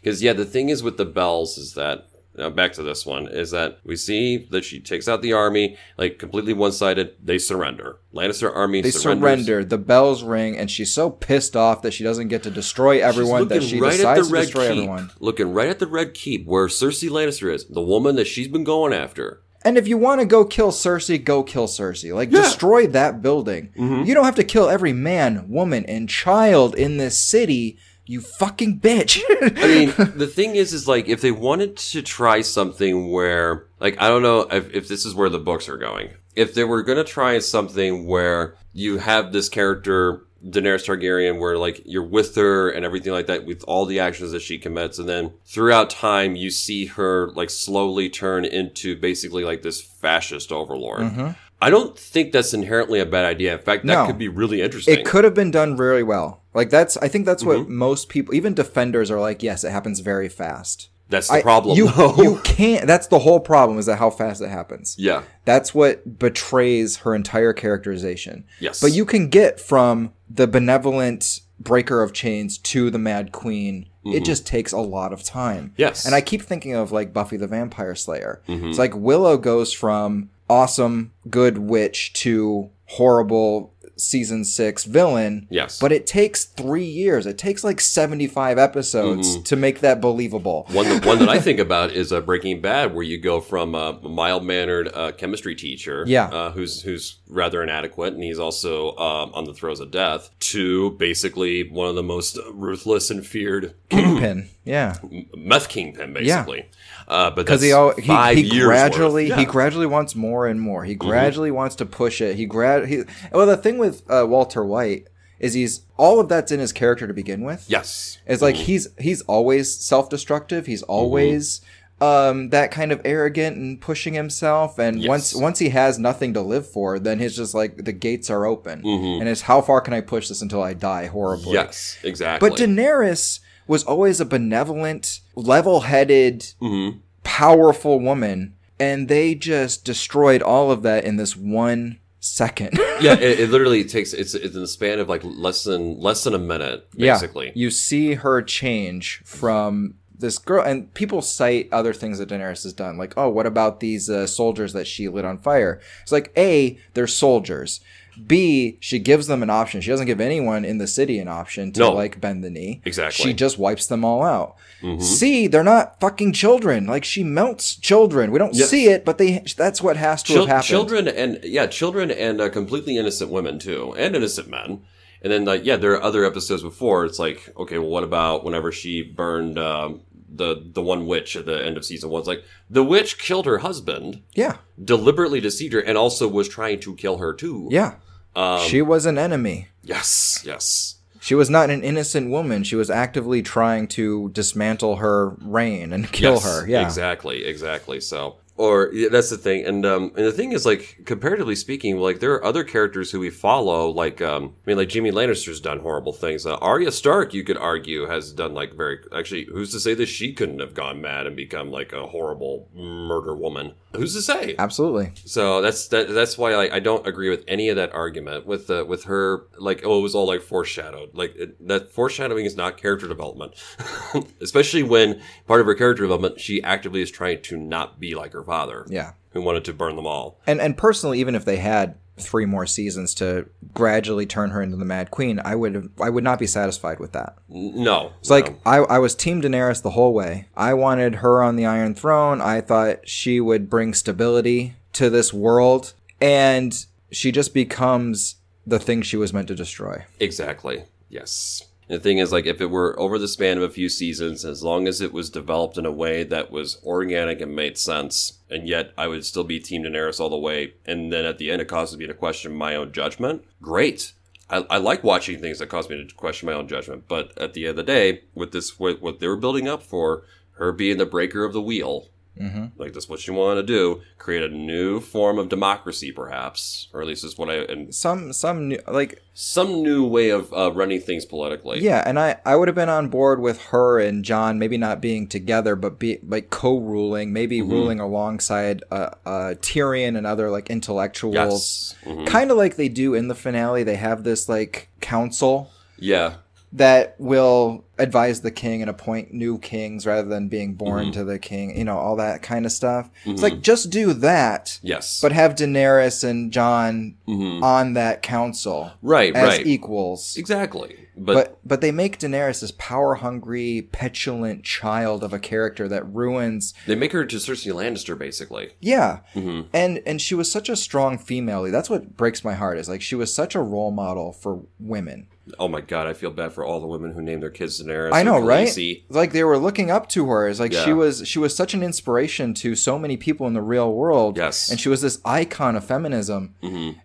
S2: because yeah, the thing is with the bells is that now back to this one is that we see that she takes out the army like completely one sided. They surrender. Lannister army.
S1: They
S2: surrenders.
S1: surrender. The bells ring, and she's so pissed off that she doesn't get to destroy everyone that she decides to destroy
S2: keep,
S1: everyone.
S2: Looking right at the red keep where Cersei Lannister is, the woman that she's been going after.
S1: And if you want to go kill Cersei, go kill Cersei. Like destroy that building.
S2: Mm-hmm.
S1: You don't have to kill every man, woman, and child in this city. You fucking bitch.
S2: I mean, the thing is, is like if they wanted to try something where, like, I don't know if, if this is where the books are going. If they were going to try something where you have this character Daenerys Targaryen, where like you're with her and everything like that, with all the actions that she commits, and then throughout time you see her like slowly turn into basically like this fascist overlord. I don't think that's inherently a bad idea. In fact, that
S1: Mm-hmm. No.
S2: could be really interesting. Mm-hmm.
S1: It could have been done really well. Like that's I think that's what most people, even defenders, are like. Yes, it happens very fast.
S2: That's the
S1: I-
S2: problem,
S1: You,
S2: though.
S1: you can't. That's the whole problem is that how fast it happens.
S2: yeah.
S1: That's what betrays her entire characterization.
S2: Yes.
S1: But you can get from the benevolent breaker of chains to the Mad Queen. It just takes a lot of time.
S2: Mm-hmm. Yes. Mm-hmm.
S1: And I keep thinking of like Buffy the Vampire Slayer. It's like Willow goes from awesome good witch to horrible season six villain.
S2: Yes.
S1: But it takes three years. It takes like 75 episodes to make that believable.
S2: Mm-hmm. One that, one that I think about is uh, Breaking Bad, where you go from a mild mannered uh, chemistry teacher,
S1: Yeah.
S2: uh, who's who's rather inadequate, and he's also um, on the throes of death, to basically one of the most ruthless and feared
S1: Kingpin. Yeah.
S2: meth kingpin,
S1: Yeah.
S2: basically. Uh, but
S1: because
S2: that's
S1: he, al- he,
S2: five
S1: he
S2: years worth.
S1: gradually
S2: Yeah. Mm-hmm.
S1: he gradually wants more and more. He gradually wants to push it. He grad he well the thing with uh, Walter White is he's all of that's in his character to begin with.
S2: yes,
S1: It's like he's he's always self-destructive.
S2: Mm-hmm.
S1: He's always um, that kind of arrogant and pushing himself. And
S2: Yes.
S1: once once he has nothing to live for, then he's just like the gates are open,
S2: Mm-hmm.
S1: and it's how far can I push this until I die horribly?
S2: yes, exactly.
S1: But Daenerys was always a benevolent, level-headed,
S2: Mhm.
S1: powerful woman, and they just destroyed all of that in this one second.
S2: yeah, it, it literally takes it's it's in the span of like less than less than a minute, basically.
S1: you see her change from this girl, and people cite other things that Daenerys has done, like, oh, what about these uh, soldiers that she lit on fire? It's like, A, they're soldiers. B, she gives them an option. She doesn't give anyone in the city an option to
S2: No.
S1: like bend the knee.
S2: Exactly. Mm-hmm.
S1: She just wipes them all out. C, they're not fucking children. Like she melts children. We don't
S2: Yes.
S1: see it, but they that's what has to have
S2: Chil-
S1: happened.
S2: children and yeah, children and uh, completely innocent women too, and innocent men. And then like yeah, there are other episodes before. It's like okay, well, what about whenever she burned um, the the one witch at the end of season one? It's like the witch killed her husband,
S1: Yeah.
S2: deliberately deceived her, and also was trying to kill her too.
S1: Yeah.
S2: Um,
S1: she was an enemy.
S2: yes. Yes.
S1: She was not an innocent woman. She was actively trying to dismantle her reign and kill
S2: Yes,
S1: her. Yeah.
S2: exactly, exactly. So, or yeah, that's the thing, and um, and the thing is, like, comparatively speaking, like there are other characters who we follow, like, um, I mean, like Jimmy Lannister's done horrible things. Uh, Arya Stark, you could argue, has done like very actually. Who's to say that she couldn't have gone mad and become like a horrible murder woman? Who's to say?
S1: Absolutely.
S2: So that's that, that's why I, I don't agree with any of that argument with uh, with her like oh it was all like foreshadowed like it, that foreshadowing is not character development, especially when part of her character development she actively is trying to not be like her father
S1: Yeah.
S2: who wanted to burn them all.
S1: And and personally, even if they had three more seasons to gradually turn her into the Mad Queen, I would I would not be satisfied with that.
S2: N- No,
S1: It's like I, I was Team Daenerys the whole way. I wanted her on the Iron Throne. I thought she would bring stability to this world, and she just becomes the thing she was meant to destroy.
S2: Exactly. Yes. And the thing is, like, if it were over the span of a few seasons, as long as it was developed in a way that was organic and made sense, and yet I would still be Team Daenerys all the way, and then at the end it causes me to question my own judgment, great. I, I like watching things that cause me to question my own judgment, but at the end of the day, with this, what, what they were building up for, her being the breaker of the wheel,
S1: Mhm.
S2: like that's what you want to do, create a new form of democracy, perhaps, or at least is what I and
S1: Some some new, like
S2: some new way of uh, running things politically.
S1: Yeah, and I, I would have been on board with her and John maybe not being together, but be like co-ruling, maybe
S2: Mm-hmm.
S1: ruling alongside uh, uh, Tyrion and other like intellectuals.
S2: Yes. Mhm.
S1: Kind of like they do in the finale. They have this like council
S2: Yeah.
S1: that will advise the king and appoint new kings rather than being
S2: Mm-hmm.
S1: born to the king. You know all that kind of stuff. It's like just do that,
S2: Yes. Mm-hmm.
S1: but have Daenerys and John on that council
S2: right.
S1: as
S2: Right.
S1: equals
S2: exactly. But,
S1: but but they make Daenerys this power hungry, petulant child of a character that ruins.
S2: they make her to Cersei Lannister, basically.
S1: Yeah,
S2: Mhm.
S1: and and she was such a strong female lead. That's what breaks my heart. Is like she was such a role model for women.
S2: Oh my god, I feel bad for all the women who named their kids Daenerys.
S1: I
S2: or
S1: know, right?
S2: Khaleesi.
S1: Like they were looking up to her. It's like she
S2: Yeah.
S1: was she was such an inspiration to so many people in the real world.
S2: Yes. Mm-hmm.
S1: and she was this icon of feminism.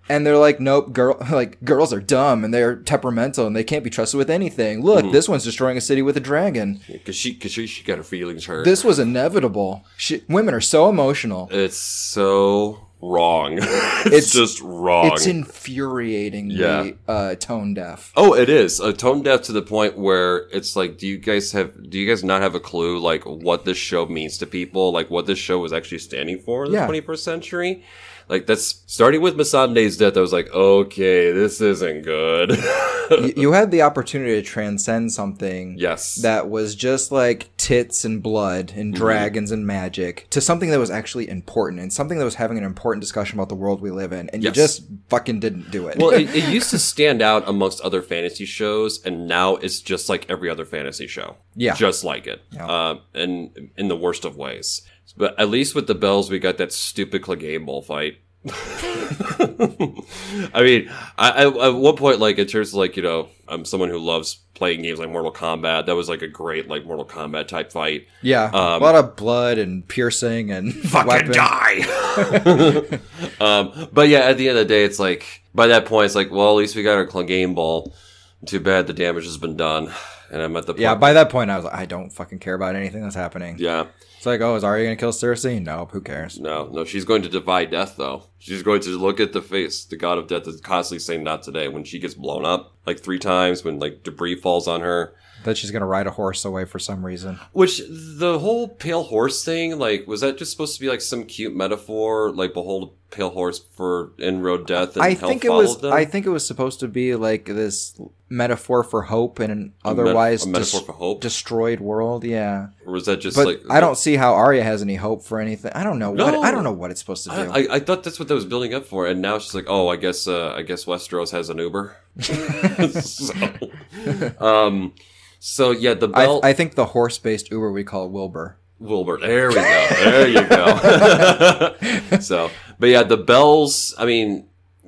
S1: And they're like, nope, girl, like girls are dumb and they're temperamental and they can't be trusted with anything. Look,
S2: Mm-hmm.
S1: this one's destroying a city with a dragon.
S2: Because she, cause she, she got her feelings hurt.
S1: This was inevitable. She, women are so emotional.
S2: it's so wrong. it's,
S1: It's-
S2: just wrong.
S1: It's infuriatingly
S2: Yeah.
S1: uh, tone deaf.
S2: Oh, it is a tone deaf to the point where it's like, do you guys have, do you guys not have a clue like what this show means to people, like what this show is actually standing for in the
S1: Yeah.
S2: 21st century? Like that's starting with Masande's death. I was like, okay, this isn't good.
S1: Y- you had the opportunity to transcend something
S2: yes,
S1: that was just like tits and blood and
S2: Mm-hmm.
S1: dragons and magic to something that was actually important and something that was having an important discussion about the world we live in. And
S2: Yes.
S1: you just fucking didn't do it.
S2: well, it, it used to stand out amongst other fantasy shows, and now it's just like every other fantasy show.
S1: Yeah.
S2: just like it,
S1: Yeah.
S2: uh, and in the worst of ways. But at least with the bells, we got that stupid Clegane fight. I mean, I, I at one point, like in terms of like you know, I'm someone who loves playing games like Mortal Kombat. That was like a great like Mortal Kombat type fight.
S1: yeah. a lot of blood and piercing and weapons.
S2: die. um, but yeah, at the end of the day, it's like by that point, it's like, well, at least we got our cl- game ball. Too bad the damage has been done, and I'm at the point.
S1: Yeah, by that point, I was like, I don't fucking care about anything that's happening.
S2: yeah,
S1: It's like, oh, is Arya going to kill Cersei? No, who cares?
S2: no, no. She's going to defy death, though. She's going to look at the face. The god of death is constantly saying, "Not today." When she gets blown up like three times, when like debris falls on her,
S1: That she's going to ride a horse away for some reason.
S2: Which the whole pale horse thing, like, was that just supposed to be like some cute metaphor, like behold a pale horse for inroad death and
S1: I
S2: hell
S1: think it
S2: followed
S1: was.
S2: them?
S1: I think it was supposed to be like this metaphor for hope in an
S2: A meta-
S1: otherwise
S2: a
S1: des-
S2: metaphor for hope,
S1: destroyed world. Yeah,
S2: or was that just
S1: but
S2: like
S1: I don't see how Arya has any hope for anything. I don't know.
S2: No.
S1: What, I don't know what it's supposed to do.
S2: I, I- I thought that's what that was building up for, and now she's like, "Oh, I guess, uh, I guess Westeros has an Uber." so, um, so yeah, the
S1: I,
S2: belt.
S1: I think the horse-based Uber we call Wilbur.
S2: Wilbur. There we go. There you go. so, but yeah, the bells. I mean,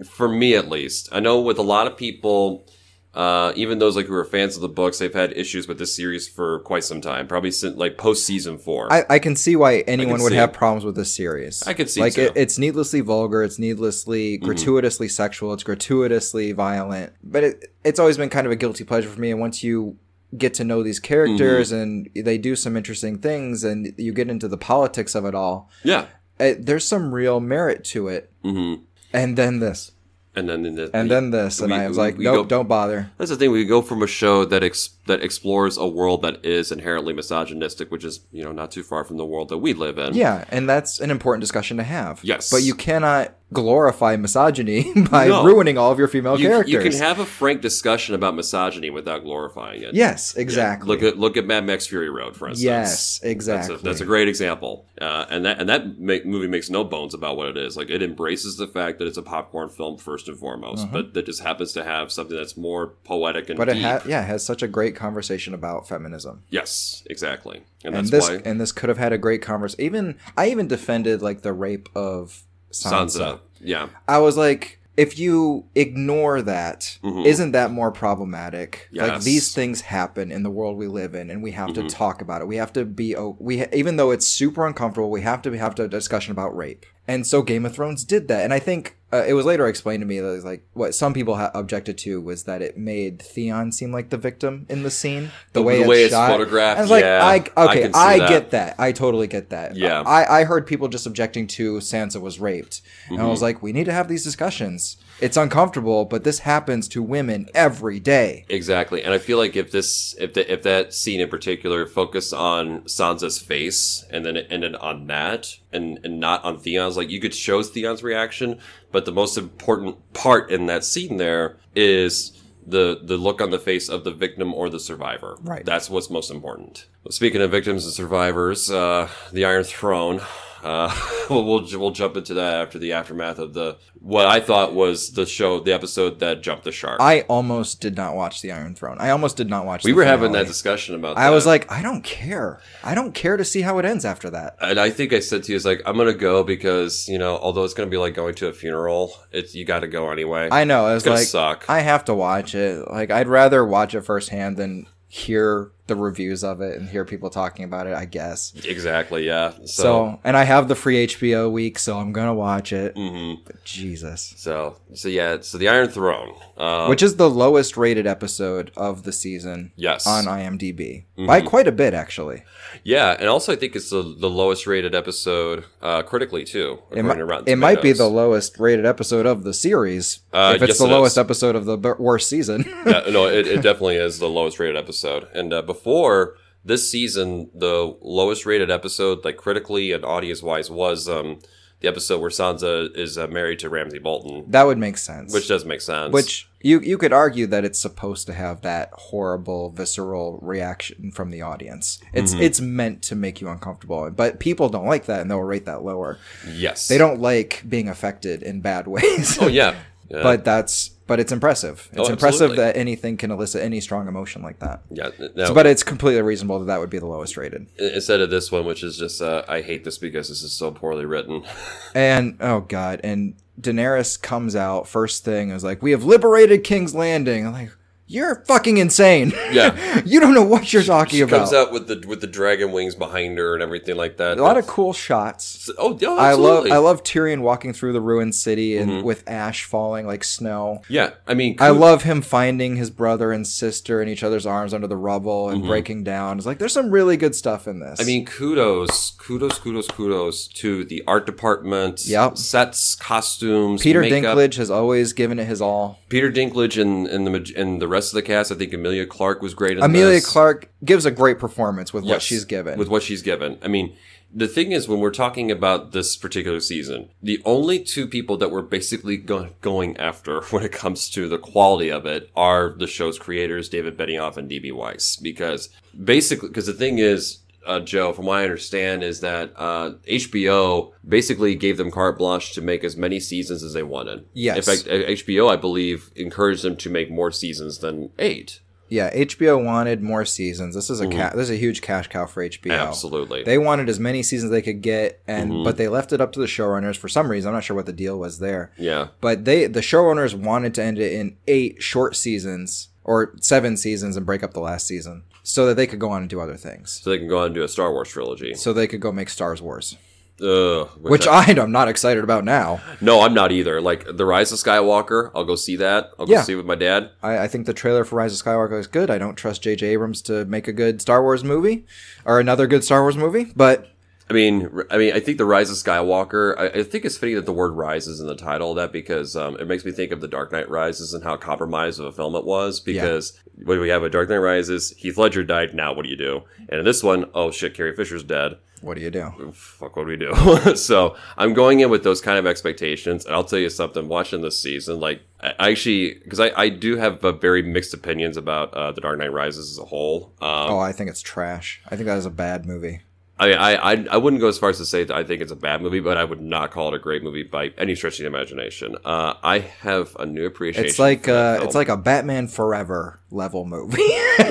S2: for me at least, I know with a lot of people, uh, even those like who are fans of the books, they've had issues with this series for quite some time, probably since like post season four.
S1: I, I can see why anyone would
S2: see
S1: have
S2: it.
S1: problems with this series.
S2: I could see
S1: like
S2: too. Mm-hmm.
S1: it, it's needlessly vulgar, it's needlessly gratuitously sexual, it's gratuitously violent. But it, it's always been kind of a guilty pleasure for me. And once you get to know these characters
S2: Mm-hmm.
S1: and they do some interesting things, and you get into the politics of it all,
S2: yeah.
S1: it, there's some real merit to it.
S2: hmm
S1: And then this,
S2: And then in the,
S1: and then this, and
S2: we-
S1: I was like,
S2: we
S1: nope,
S2: go-
S1: don't bother.
S2: That's the thing. We go from a show that ex- that explores a world that is inherently misogynistic, which is you know not too far from the world that we live in.
S1: Yeah, and that's an important discussion to have.
S2: Yes.
S1: but you cannot glorify misogyny by
S2: No.
S1: ruining all of your female
S2: you,
S1: characters.
S2: you can have a frank discussion about misogyny without glorifying it.
S1: Yes,
S2: Yeah,
S1: exactly.
S2: Look at look at Mad Max Fury Road, for instance.
S1: yes,
S2: That's
S1: exactly.
S2: a, that's a great example, uh, and that and that ma- movie makes no bones about what it is. Like it embraces the fact that it's a popcorn film first and foremost, but that just happens to have something that's more poetic and
S1: Uh-huh. but it
S2: deep.
S1: ha- yeah it has such a great conversation about feminism,
S2: yes, exactly,
S1: and
S2: and, that's
S1: this
S2: why
S1: and this could have had a great converse. Even I even defended like the rape of Sansa.
S2: Sansa, yeah,
S1: I was like, if you ignore that,
S2: Mhm.
S1: not that more problematic? Like
S2: Yes. Mm-hmm.
S1: these things happen in the world we live in, and we have to talk about it. We have to be o- we ha- even though it's super uncomfortable, we have to have to have a discussion about rape. And so Game of Thrones did that, and I think. Uh, it was later explained to me that it was like what some people ha- objected to was that it made Theon seem like the victim in the scene, the, way, it's, shot.
S2: photographed,
S1: I was like,
S2: yeah, I
S1: I okay,
S2: can see
S1: I,
S2: that.
S1: get that. I totally get that.
S2: Yeah.
S1: I, I heard people just objecting to Sansa was raped. And I was
S2: Mm-hmm.
S1: like, we need to have these discussions. It's uncomfortable, but this happens to women every day.
S2: Exactly, and I feel like if this, if the, if that scene in particular focused on Sansa's face, and then it ended on that, and and not on Theon's, like you could show Theon's reaction, but the most important part in that scene there is the the look on the face of the victim or the survivor.
S1: Right.
S2: That's what's most important. Speaking of victims and survivors, uh, the Iron Throne. Uh, we'll, we'll we'll jump into that after the aftermath of the what I thought was the show, the episode that jumped the shark.
S1: I almost did not watch The Iron Throne. I almost did not watch
S2: We
S1: the
S2: were having
S1: finale.
S2: that discussion about.
S1: I
S2: that.
S1: was like, I don't care. I don't care to see how it ends after that.
S2: and I think I said to you, "Is like I'm gonna go because you know, although it's gonna be like going to a funeral, it's you got to go anyway.
S1: I know. I was
S2: it's gonna
S1: like,
S2: suck.
S1: I have to watch it. Like, I'd rather watch it firsthand than hear the reviews of it and hear people talking about it, I guess.
S2: Exactly. Yeah. So.
S1: So, and I have the free HBO week, so I'm gonna watch it.
S2: mhm.
S1: But Jesus.
S2: So, so yeah, so the Iron Throne, uh,
S1: Which is the lowest rated episode of the season
S2: yes, Mm-hmm.
S1: on IMDb by quite a bit, actually.
S2: yeah, and also I think it's the, the lowest rated episode uh, critically too.
S1: It,
S2: according
S1: mi-
S2: to Rotten
S1: it might be the
S2: Tomatoes.
S1: lowest rated episode of the series
S2: Uh,
S1: if it's
S2: yes,
S1: the
S2: it
S1: lowest
S2: is.
S1: episode of the b- worst season.
S2: yeah, no, it, it definitely is the lowest rated episode. And uh, before this season, the lowest rated episode, like critically and audience wise, was um, the episode where Sansa is uh, married to Ramsay Bolton,
S1: that would make sense.
S2: which does make sense.
S1: Which you you could argue that it's supposed to have that horrible visceral reaction from the audience.
S2: Mm-hmm.
S1: It's it's meant to make you uncomfortable, but people don't like that and they'll rate that lower.
S2: yes,
S1: They don't like being affected in bad ways.
S2: Oh yeah, yeah.
S1: but that's but it's impressive. It's
S2: Oh,
S1: impressive
S2: absolutely. Oh.
S1: that anything can elicit any strong emotion like that.
S2: yeah, no.
S1: But it's completely reasonable that that would be the lowest rated.
S2: instead of this one, which is just uh, I hate this because this is so poorly written.
S1: And oh god, and Daenerys comes out first thing and is like, "We have liberated King's Landing." I'm like, "You're fucking insane."
S2: Yeah.
S1: you don't know what you're talking
S2: She
S1: about.
S2: comes out with the with the dragon wings behind her and everything like that.
S1: a lot of cool shots.
S2: oh,
S1: I
S2: yeah,
S1: love
S2: absolutely. Mm-hmm.
S1: I love Tyrion walking through the ruined city and with ash falling like snow.
S2: Yeah, I mean,
S1: I love him finding his brother and sister in each other's arms under the rubble and breaking down. It's like there's some really good stuff in this.
S2: Mm-hmm. I mean, kudos, kudos, kudos, kudos to the art department.
S1: Yep.
S2: Sets, costumes,
S1: Peter
S2: makeup.
S1: Dinklage has always given it his all.
S2: Peter Dinklage, and and the maj- and the rest of the cast. I think Amelia Clark was great. In
S1: Amelia
S2: this.
S1: Clark gives a great performance with what
S2: Yes,
S1: she's given.
S2: With what she's given. I mean, the thing is, when we're talking about this particular season, the only two people that we're basically go- going after when it comes to the quality of it are the show's creators, David Benioff and DB Weiss. Because basically, because the thing is, uh, Joe, from what I understand, is that uh, HBO basically gave them carte blanche to make as many seasons as they wanted.
S1: Yes.
S2: In fact, uh, H- HBO, I believe, encouraged them to make more seasons than eight.
S1: yeah, HBO wanted more seasons. This is a ca- this is a huge cash cow for HBO.
S2: Mm-hmm. Absolutely. Mm-hmm.
S1: They wanted as many seasons they could get, and but they left it up to the showrunners for some reason. I'm not sure what the deal was there.
S2: yeah.
S1: But they the showrunners wanted to end it in eight short seasons or seven seasons and break up the last season so that they could go on and do other things.
S2: So they can go on and do a Star Wars trilogy.
S1: So they could go make Star Wars,
S2: Ugh,
S1: which I am not excited about now.
S2: no, I'm not either. Like the Rise of Skywalker, I'll go see that. I'll go
S1: Yeah.
S2: see it with my dad.
S1: I, I think the trailer for Rise of Skywalker is good. I don't trust J.J. Abrams to make a good Star Wars movie or another good Star Wars movie, but
S2: I mean, r- I mean, I think the Rise of Skywalker. I, I think it's fitting that the word "rise" is in the title of that because um, it makes me think of the Dark Knight Rises and how compromised of a film it was. Because what do we have? A Dark Knight Rises. Heath Ledger died. Now what do you do? And in this one, oh shit, Carrie Fisher's dead.
S1: what do you
S2: Um,
S1: do?
S2: fuck what do we do so i'm going in with those kind of expectations and i'll tell you something watching this season like i I actually because I, I do have uh, very mixed opinions about uh, the dark knight rises as a whole um,
S1: Oh, I think it's trash. I think that is a bad movie.
S2: I, mean, I, I i wouldn't go as far as to say that i think it's a bad movie but i would not call it a great movie by any stretch of the imagination uh, i have a new appreciation
S1: It's like
S2: for that
S1: uh,
S2: film.
S1: it's like a Batman Forever level movie.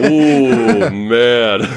S2: Ooh,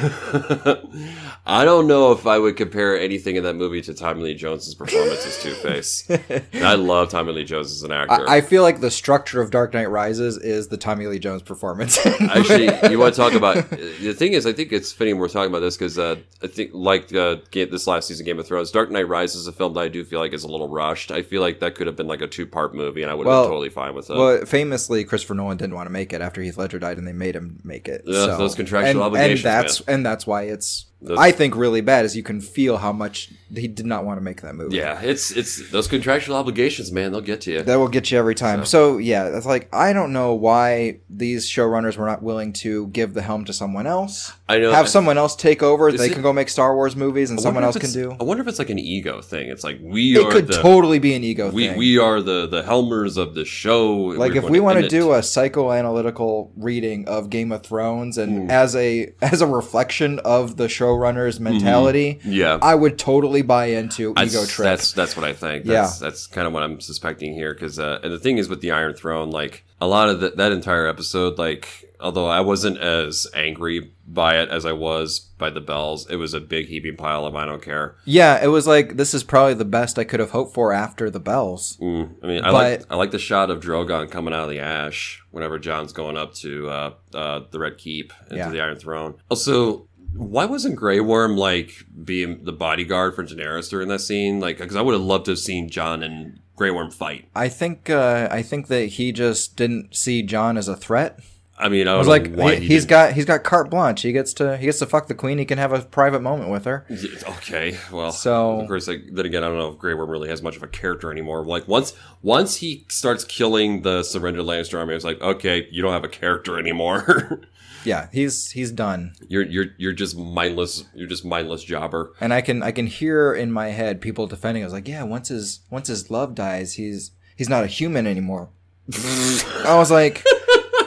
S2: man. I don't know if I would compare anything in that movie to Tommy Lee Jones's performance as Two Face. I love Tommy Lee Jones as an actor.
S1: I feel like the structure of Dark Knight Rises is the Tommy Lee Jones performance.
S2: Actually, you want to talk about the thing is, I think it's fitting we're talking about this because uh, I think like uh, ga- this last season Game of Thrones, Dark Knight Rises is a film that I do feel like is a little rushed. I feel like that could have been like a two part movie, and I would have
S1: Well-
S2: been totally fine with it.
S1: well, famously, Christopher Nolan didn't want to make it after Heath Ledger died, and they made him make it.
S2: Yeah,
S1: so.
S2: those contractual
S1: and,
S2: obligations,
S1: and that's and that's why it's
S2: Those-
S1: I think really bad. Is you can feel how much he did not want to make that movie.
S2: yeah, it's it's those contractual obligations, man. They'll get to you.
S1: That will get you every time. So, yeah, that's like I don't know why these showrunners were not willing to give the helm to someone else.
S2: I know.
S1: Have someone else take over. They
S2: it-
S1: can go make Star Wars movies, and
S2: I wonder
S1: someone
S2: if
S1: else can do.
S2: it's- I wonder if it's like an ego thing. It's like we
S1: It
S2: are
S1: could
S2: the
S1: totally be an ego
S2: we
S1: thing.
S2: we are the the helmers of the show.
S1: like if we want to do a
S2: Mm.
S1: psychoanalytical reading of Game of Thrones and as a as a reflection of the showrunners mentality,
S2: Mm-hmm. Yeah.
S1: I would totally buy into
S2: I-
S1: ego trip.
S2: That's that's what I think. That's, that's kind of what I'm suspecting here. Because uh, and the thing is with the Iron Throne, like a lot of the, that entire episode, like although I wasn't as angry by it as I was by the bells, it was a big heaping pile of I don't care.
S1: yeah, it was like this is probably the best I could have hoped for after the bells.
S2: Mm, I mean, I like I like the shot of Drogon coming out of the ash whenever John's going up to uh, uh, the Red Keep into
S1: Yeah.
S2: the Iron Throne. Also. Why wasn't Grey Worm like being the bodyguard for Daenerys during that scene? Like, because I would have loved to have seen John and Grey Worm fight.
S1: I think uh, I think that he just didn't see John as a threat.
S2: I mean, I,
S1: I
S2: don't
S1: was
S2: know
S1: like,
S2: Oh, why
S1: he,
S2: he
S1: he's
S2: didn't-
S1: got he's got carte blanche. He gets to he gets to fuck the queen. He can have a private moment with her.
S2: Okay, well,
S1: So-
S2: of course, like, then again, I don't know if Grey Worm really has much of a character anymore. Like once, once he starts killing the surrendered Lannister army, it's like, okay, you don't have a character anymore.
S1: Yeah, he's he's done.
S2: you're you're you're just mindless. You're just mindless jobber.
S1: And I can I can hear in my head people defending. I was like, yeah, once his once his love dies, he's he's not a human anymore. I was like,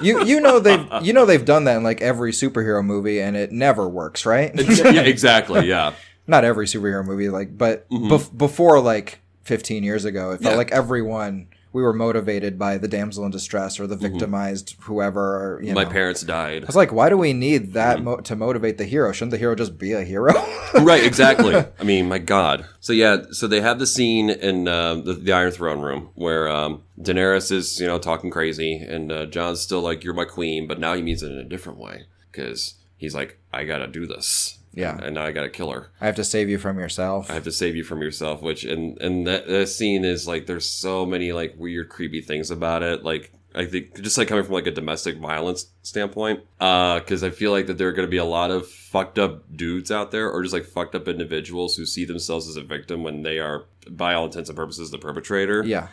S1: you you know they've you know they've done that in like every superhero movie, and it never works, right?
S2: yeah, exactly. Yeah,
S1: not every superhero movie, like, but
S2: Mhm.
S1: bef- before like 15 years ago, it felt
S2: Yeah.
S1: like everyone we were motivated by the damsel in distress or the victimized whoever. Or, you
S2: my
S1: know.
S2: parents
S1: I
S2: died.
S1: was like, why do we need that mo- to motivate the hero? Shouldn't the hero just be a hero?
S2: right, exactly. I mean, my God. So yeah, so they have the scene in uh, the, the Iron Throne room where um, Daenerys is, you know, talking crazy, and uh, John's still like, "You're my queen," but now he means it in a different way because he's like, "I gotta do this."
S1: Yeah.
S2: and now I gotta kill her.
S1: I have to save you from yourself.
S2: I have to save you from yourself. Which and and that, that scene is like, there's so many like weird, creepy things about it. Like I think just like coming from like a domestic violence standpoint, because I feel like that there are going to be a lot of fucked up dudes out there, or just like fucked up individuals who see themselves as a victim when they are, by all intents and purposes, the perpetrator.
S1: yeah.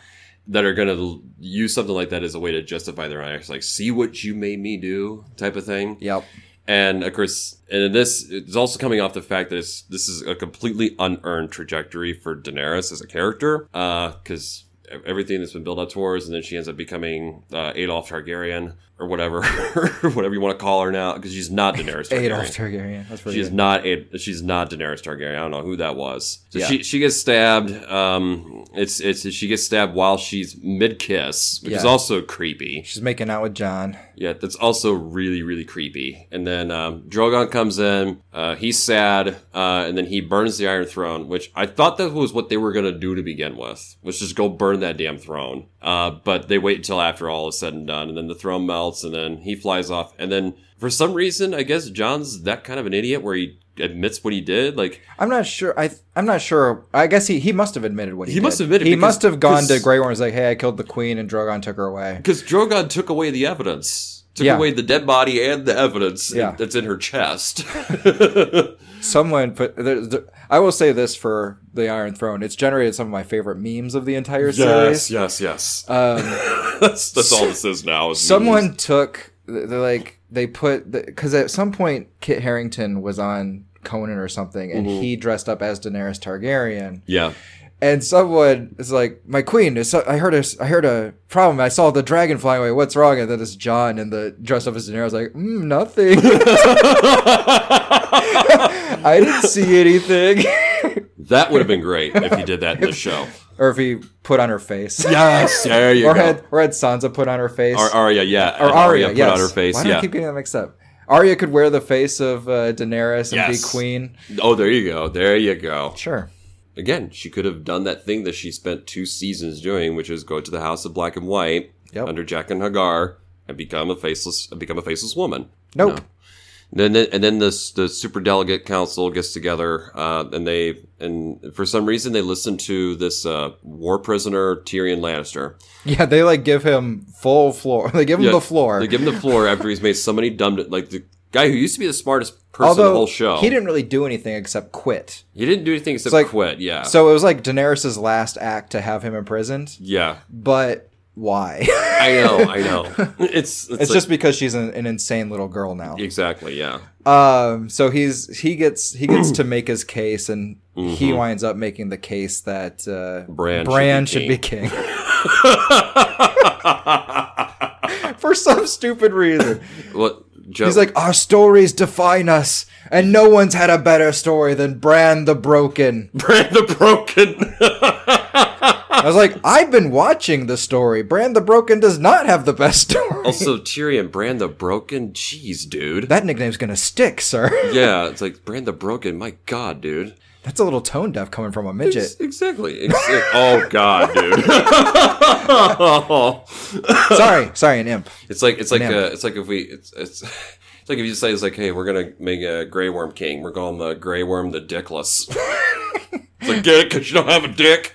S2: That are going to use something like that as a way to justify their acts, like "see what you made me do" type of thing.
S1: Yep.
S2: And of course, and this is also coming off the fact that it's, this is a completely unearned trajectory for Daenerys as a character, because everything that's been built up towards, and then she ends up becoming uh, Adolf Targaryen or whatever, whatever you want to call her now, because she's not Daenerys Targaryen.
S1: Adolf Targaryen. That's pretty
S2: She's
S1: good.
S2: not a, she's not Daenerys Targaryen. I don't know who that was. So
S1: Yeah.
S2: she she gets stabbed. Um, it's it's she gets stabbed while she's mid kiss, which is
S1: Yeah.
S2: also creepy.
S1: She's making out with John.
S2: Yeah, that's also really, really creepy. And then um, Drogon comes in. Uh, he's sad, uh, and then he burns the Iron Throne, which I thought that was what they were gonna do to begin with, was just go burn that damn throne. Uh, but they wait until after all is said and done, and then the throne melts, and then he flies off. And then for some reason, I guess John's that kind of an idiot where he admits what he did. Like
S1: I'm not sure. I I'm not sure. I guess he, he must have admitted what he,
S2: He must
S1: did.
S2: have admitted
S1: He
S2: because-
S1: must have gone to
S2: because-
S1: Grey Worm and was like, "Hey, I killed the queen, and Drogon took her away."
S2: because Drogon took away the evidence, took
S1: Yeah.
S2: away the dead body and the evidence
S1: Yeah.
S2: that's in her chest.
S1: Someone put. There, there, I will say this for the Iron Throne. It's generated some of my favorite memes of the entire
S2: Yes,
S1: series.
S2: yes, yes.
S1: Um,
S2: that's that's all this is now. is
S1: someone took. They're like they put because at some point Kit Harrington was on Conan or something, and
S2: Mm-hmm.
S1: he dressed up as Daenerys Targaryen.
S2: Yeah.
S1: and someone is like, "My queen, is I heard a, I heard a problem. I saw the dragon flying away. What's wrong?" And then it's John and the dressed up as Daenerys, like, mm, "Nothing. I didn't see anything."
S2: that would have been great if you did that in the show.
S1: or if he put on her face,
S2: Yes. There you
S1: or
S2: go.
S1: had or had Sansa put on her face,
S2: or Arya, yeah.
S1: Or
S2: and
S1: Arya,
S2: put
S1: yes.
S2: on her face.
S1: Why do I
S2: Yeah.
S1: keep getting that mixed up? Arya could wear the face of uh, Daenerys and be
S2: Yes.
S1: queen.
S2: Oh, there you go. There you go.
S1: Sure.
S2: Again, she could have done that thing that she spent two seasons doing, which is go to the House of Black and White
S1: Yep.
S2: under Jack and Hagar and become a faceless become a faceless woman.
S1: Nope.
S2: Then, then- and then this the superdelegate council gets together, uh, and they and for some reason they listen to this uh, war prisoner Tyrion Lannister.
S1: Yeah, they like give him full floor. They give him
S2: Yeah,
S1: the floor.
S2: They give him the floor after he's made so many dumb like the guy who used to be the smartest person in the whole show.
S1: he didn't really do anything except quit.
S2: He didn't do anything except
S1: like-
S2: quit. Yeah,
S1: So it was like Daenerys' last act to have him imprisoned,
S2: yeah.
S1: but why?
S2: I know. I know. It's it's,
S1: it's
S2: like-
S1: just because she's an, an insane little girl now.
S2: exactly yeah.
S1: Um, so he's he gets he gets to make his case, and he winds up making the case that uh,
S2: Mm-hmm. Bran should
S1: Bran
S2: be
S1: should be king. For some stupid reason,
S2: Well, Joe,
S1: He's like, our stories define us, and no one's had a better story than Bran the Broken.
S2: Brand the Broken.
S1: I was like, I've been watching the story. Bran the Broken does not have the best story.
S2: also, Tyrion, Brand the Broken. Jeez, dude.
S1: that nickname's gonna stick, sir.
S2: yeah, it's like Brand the Broken. My God, dude.
S1: That's a little tone deaf coming from a midget.
S2: Exactly. Ex- oh God, dude.
S1: sorry, sorry, an imp.
S2: It's like it's like
S1: Never.
S2: uh, it's like if we it's, it's it's like if you say it's like hey we're gonna make a Grey Worm King we're calling the Grey Worm the Dickless. it's like get it because you don't have a dick.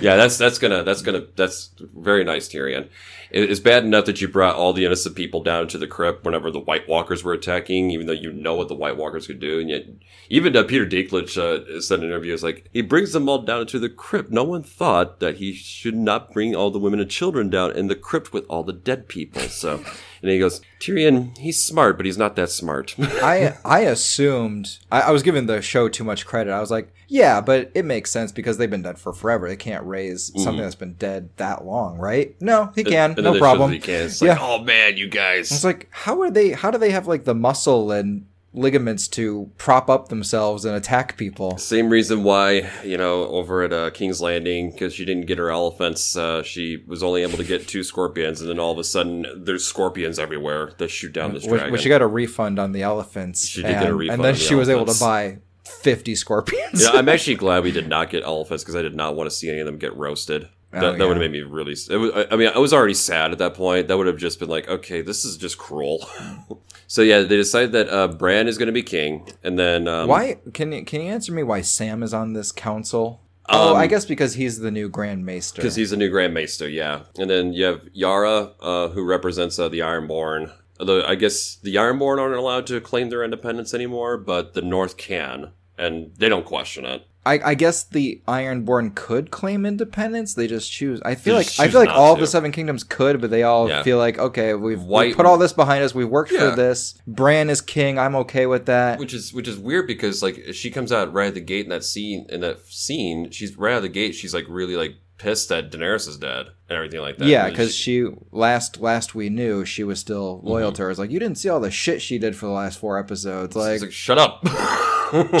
S2: Yeah, that's that's gonna that's gonna that's very nice, Tyrion. It- It's bad enough that you brought all the innocent people down to the crypt whenever the White Walkers were attacking, even though you know what the White Walkers could do, and yet even uh, Peter Dinklage uh, said in an interview, "It's like he brings them all down into the crypt. No one thought that he should not bring all the women and children down in the crypt with all the dead people." So, and he goes, Tyrion, he's smart, but he's not that smart.
S1: I I assumed I, I was giving the show too much credit. I was like, yeah, but it makes sense because they've been dead for forever. They can't raise
S2: Mm-hmm.
S1: something that's been dead that long, right? No, he can,
S2: And then
S1: no
S2: they show
S1: problem.
S2: that he can. It's
S1: yeah,
S2: like, oh man, you guys.
S1: It's like how are they? How do they have like the muscle and ligaments to prop up themselves and attack people?
S2: Same reason why, you know, over at uh, King's Landing, because she didn't get her elephants, uh, she was only able to get two scorpions, and then all of a sudden, there's scorpions everywhere that shoot down this
S1: Which,
S2: dragon.
S1: which she got a refund on the elephants,
S2: She did
S1: and,
S2: get a refund
S1: and then
S2: on the
S1: she was able to
S2: elephants.
S1: buy fifty scorpions.
S2: yeah, um, I'm actually glad we did not get elephants because I did not want to see any of them get roasted. That,
S1: Oh,
S2: that
S1: yeah.
S2: would have made me really. s- It was, I- I mean, I was already sad at that point. That would have just been like, okay, this is just cruel. so yeah, they decided that uh, Bran is going to be king, and then um,
S1: Why can you can you answer me why Sam is on this council? oh,
S2: Um,
S1: I guess because he's the new Grand Maester.
S2: Because he's a new Grand Maester, yeah. And then you have Yara, uh, who represents uh, the Ironborn. Although I guess the Ironborn aren't allowed to claim their independence anymore, but the North can, and they don't question it.
S1: I, I guess the Ironborn could claim independence. They just choose. I feel
S2: They
S1: like
S2: just
S1: I
S2: choose
S1: feel like
S2: not
S1: all the
S2: to.
S1: Seven Kingdoms could, but they all
S2: Yeah.
S1: feel like okay, we've, we've
S2: White-
S1: put all this behind us. We've worked
S2: Yeah.
S1: for this. Bran is king. I'm okay with that.
S2: Which is which is weird because like she comes out right at the gate in that scene. In that scene, she's right out of the gate. She's like really like pissed that Daenerys is dead and everything like that.
S1: yeah,
S2: And
S1: because she last last we knew she was still
S2: Mm-hmm.
S1: loyal to her. It's like you didn't see all the shit she did for the last four episodes.
S2: she's
S1: Like,
S2: like, shut up.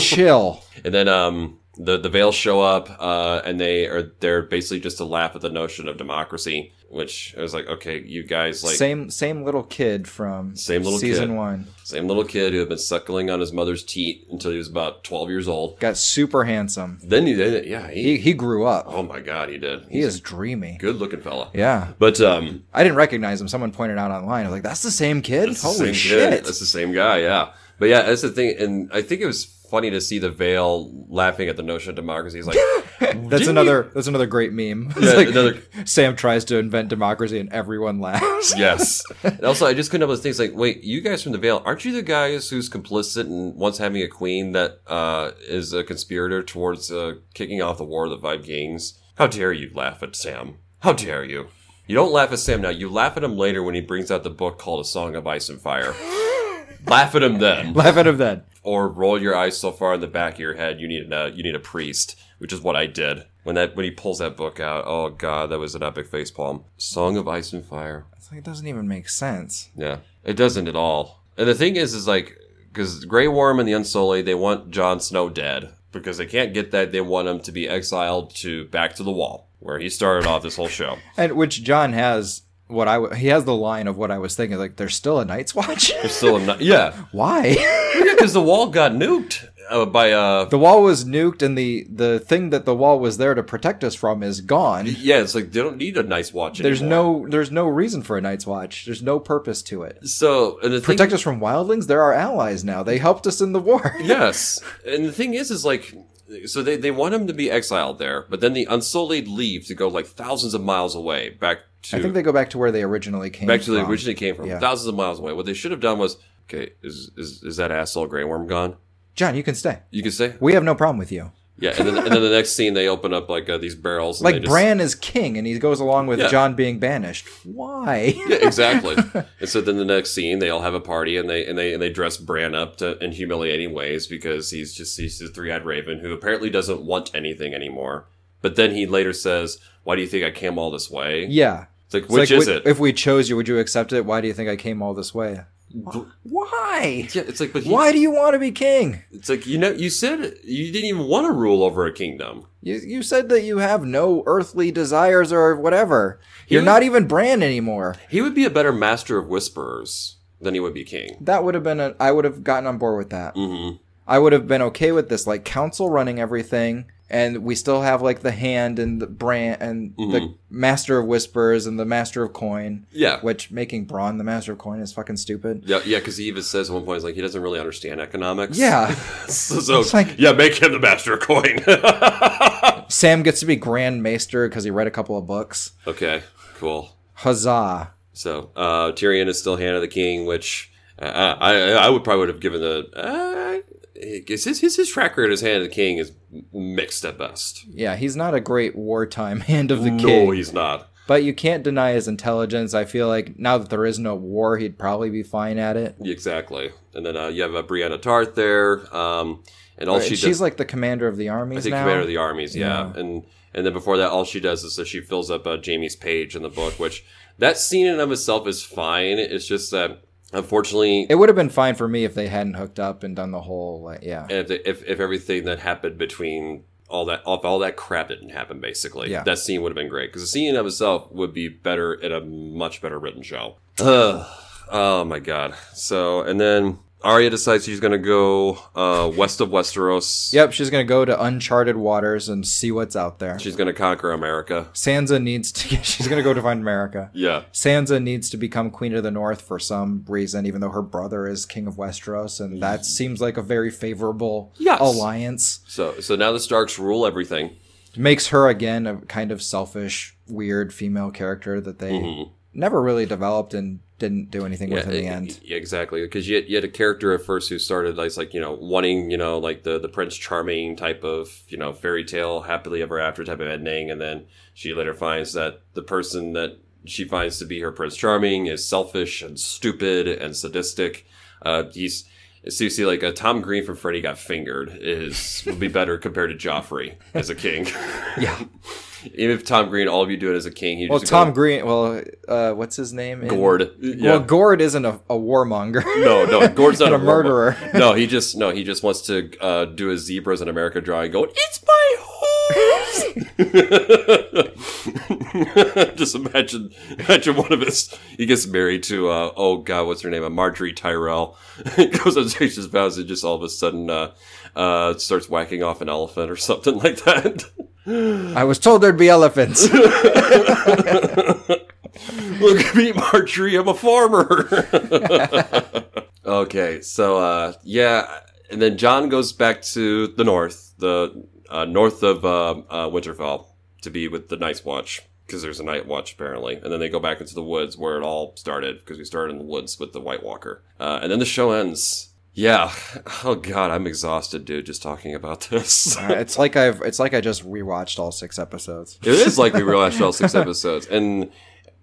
S1: chill.
S2: And then um, the the veils show up, uh, and they are they're basically just to laugh at the notion of democracy, which I was like, okay, you guys like
S1: same
S2: same,
S1: same little kid from
S2: little
S1: season
S2: kid.
S1: one
S2: little kid who had been suckling on his mother's teat until he was about twelve years old.
S1: got super handsome.
S2: Then he did it. Yeah, he,
S1: He he grew up.
S2: oh my god, he did.
S1: he
S2: He's
S1: is dreamy.
S2: a good looking fella.
S1: Yeah.
S2: But um,
S1: I didn't recognize him. Someone pointed out online. I was like, "That's the same kid.
S2: That's the
S1: Holy
S2: same kid.
S1: shit!"
S2: That's the same guy, yeah. But yeah, that's the thing, and I think it was funny to see the veil laughing at the notion of democracy. He's like,
S1: That's
S2: "Didn't
S1: another. That's another great meme. It's
S2: Yeah,
S1: like,
S2: another-
S1: Sam tries to invent democracy, and everyone laughs.
S2: Yes. and also, I just couldn't help but think, it's like, wait, you guys from the Vale, aren't you the guys who's complicit in once having a queen that uh, is a conspirator towards uh, kicking off the War of the Five Kings? How dare you laugh at Sam? How dare you? You don't laugh at Sam now. You laugh at him later when he brings out the book called A Song of Ice and Fire. laugh at him then,
S1: Laugh out of that.
S2: or roll your eyes so far in the back of your head you need a you need a priest, which is what I did. When that when he pulls that book out, oh god, that was an epic facepalm. Song of Ice and Fire.
S1: It's like, it doesn't even make sense.
S2: Yeah, it doesn't at all. And the thing is, is like, because Grey Worm and the Unsullied, they want Jon Snow dead because they can't get that. They want him to be exiled to back to the Wall, where he started off this whole show.
S1: And which John has what I w- he has the line of what I was thinking. Like, there's still a Night's Watch.
S2: There's still a ni- yeah,
S1: Why?
S2: because the Wall got nuked uh, by uh
S1: the wall was nuked, and the the thing that the wall was there to protect us from is gone.
S2: yeah. It's like they don't need a nice watch.
S1: There's
S2: anymore.
S1: no there's no reason for a Night's Watch. There's no purpose to it.
S2: so and the thing
S1: protect us from wildlings they're our allies now they helped us in the war
S2: yes. And the thing is, is like, so they, they want him to be exiled there, but then the Unsullied leave to go like thousands of miles away back to
S1: i think they go back to where they originally came
S2: back to
S1: from.
S2: the originally came from,
S1: Yeah.
S2: thousands of miles away. What they should have done was, okay, is is, is that asshole Grey Worm gone?
S1: john you can stay
S2: You could say,
S1: we have no problem with you
S2: yeah. And then, and then the next scene, they open up like uh, these barrels, and they
S1: like
S2: just-
S1: bran is king and he goes along with
S2: Yeah.
S1: john being banished why
S2: Yeah, exactly. and so then the next scene, they all have a party, and they and they and they dress Bran up to, in humiliating ways because he's just he's the three eyed raven who apparently doesn't want anything anymore. But then he later says, "Why do you think I came all this way?"
S1: yeah
S2: It's like,
S1: It's
S2: which
S1: like,
S2: is
S1: would-
S2: it?
S1: if we chose you would you accept it why do you think i came all this way Why?
S2: Yeah, it's like, but he-
S1: Why do you want to be king?
S2: It's like you know, you said you didn't even want to rule over a kingdom.
S1: You, you said that you have no earthly desires or whatever.
S2: He
S1: You're
S2: was-
S1: not even brand anymore.
S2: He would be a better master of whisperers than he would be king.
S1: That would have been a, I would have gotten on board with that.
S2: hmm
S1: I would have been okay with this, like council running everything, and we still have like the hand and the brand and the
S2: Mhm.
S1: master of whispers and the master of coin.
S2: Yeah,
S1: Which making Braun the master of coin is fucking stupid.
S2: yeah, yeah. Because he even says at one point, he's like he doesn't really understand economics.
S1: Yeah.
S2: so, so-
S1: It's like-
S2: yeah, make him the master of coin.
S1: Sam gets to be Grand Maester because he read a couple of books.
S2: okay, cool.
S1: Huzzah!
S2: So uh, Tyrion is still hand of the king, which uh, I I would probably would have given the. Uh, his, his his track record as hand of the king is mixed at best.
S1: Yeah, he's not a great wartime hand of the king.
S2: No, he's not.
S1: But you can't deny his intelligence. I feel like now that there is no war, he'd probably be fine at it.
S2: Exactly. And then uh, you have uh, Brianna Tarth there, um, and all
S1: Right,
S2: she
S1: She's
S2: does,
S1: like the commander of the armies
S2: I think,
S1: now.
S2: commander of the armies. Yeah. and and then before that, all she does is that she fills up uh, Jamie's page in the book, which that scene in and of itself is fine. It's just that unfortunately,
S1: it would have been fine for me if they hadn't hooked up and done the whole like yeah.
S2: if, if if everything that happened between all that all, all that crap didn't happen, basically,
S1: Yeah.
S2: that scene would have been great because the scene in and of itself would be better in a much better written show. Ugh. Oh my god. So and then. Arya decides she's gonna go uh, west of Westeros.
S1: Yep, she's gonna go to uncharted waters and see what's out there.
S2: She's gonna conquer America.
S1: Sansa needs to. she's gonna go to find America.
S2: Yeah.
S1: Sansa needs to become Queen of the North for some reason, even though her brother is King of Westeros, and that seems like a very favorable
S2: Mm-hmm. Yes.
S1: alliance.
S2: So so now the Starks rule everything.
S1: makes her again a kind of selfish, weird female character that they
S2: Mm-hmm.
S1: never really developed and didn't do anything with in Mm-hmm. the
S2: e-
S1: end.
S2: e- exactly. Because you, had- you had a character at first who started as like you know wanting you know like the the Prince Charming type of you know fairy tale happily ever after type of ending, and then she later finds that the person that she finds to be her Prince Charming is selfish and stupid and sadistic. Uh, he's so you see, like uh, Tom Green from Freddy Got Fingered is would be better compared to Joffrey as a king.
S1: Yeah.
S2: Even if Tom Green, all of you do it as a king. You
S1: Well,
S2: just
S1: Tom
S2: go,
S1: Green. Well, uh, what's his name? in-
S2: Gord. Yeah.
S1: Well, Gord isn't a, a warmonger.
S2: no, no, Gord's not
S1: And a
S2: a,
S1: murderer.
S2: werewolf. No, he just no, he just wants to uh, do a zebras in America drawing. Go, it's my horse. just imagine, imagine one of his. He gets married to uh, oh god, what's her name? Uh, Marjorie Tyrell. he goes on his vows and just all of a sudden uh, uh, starts whacking off an elephant or something like that.
S1: I was told there'd be elephants. Uh,
S2: Look at me, Marjorie. I'm a farmer. okay, so uh, yeah, and then John goes back to the north, the uh, north of uh, uh, Winterfell, to be with the Night's Watch because there's a Night Watch apparently, and then they go back into the woods where it all started because we started in the woods with the White Walker, uh, and then the show ends. Yeah. Oh God, I'm exhausted, dude. Just talking about this.
S1: Uh, it's like I've. It's like I just rewatched all six episodes.
S2: It is like we rewatched all six episodes, and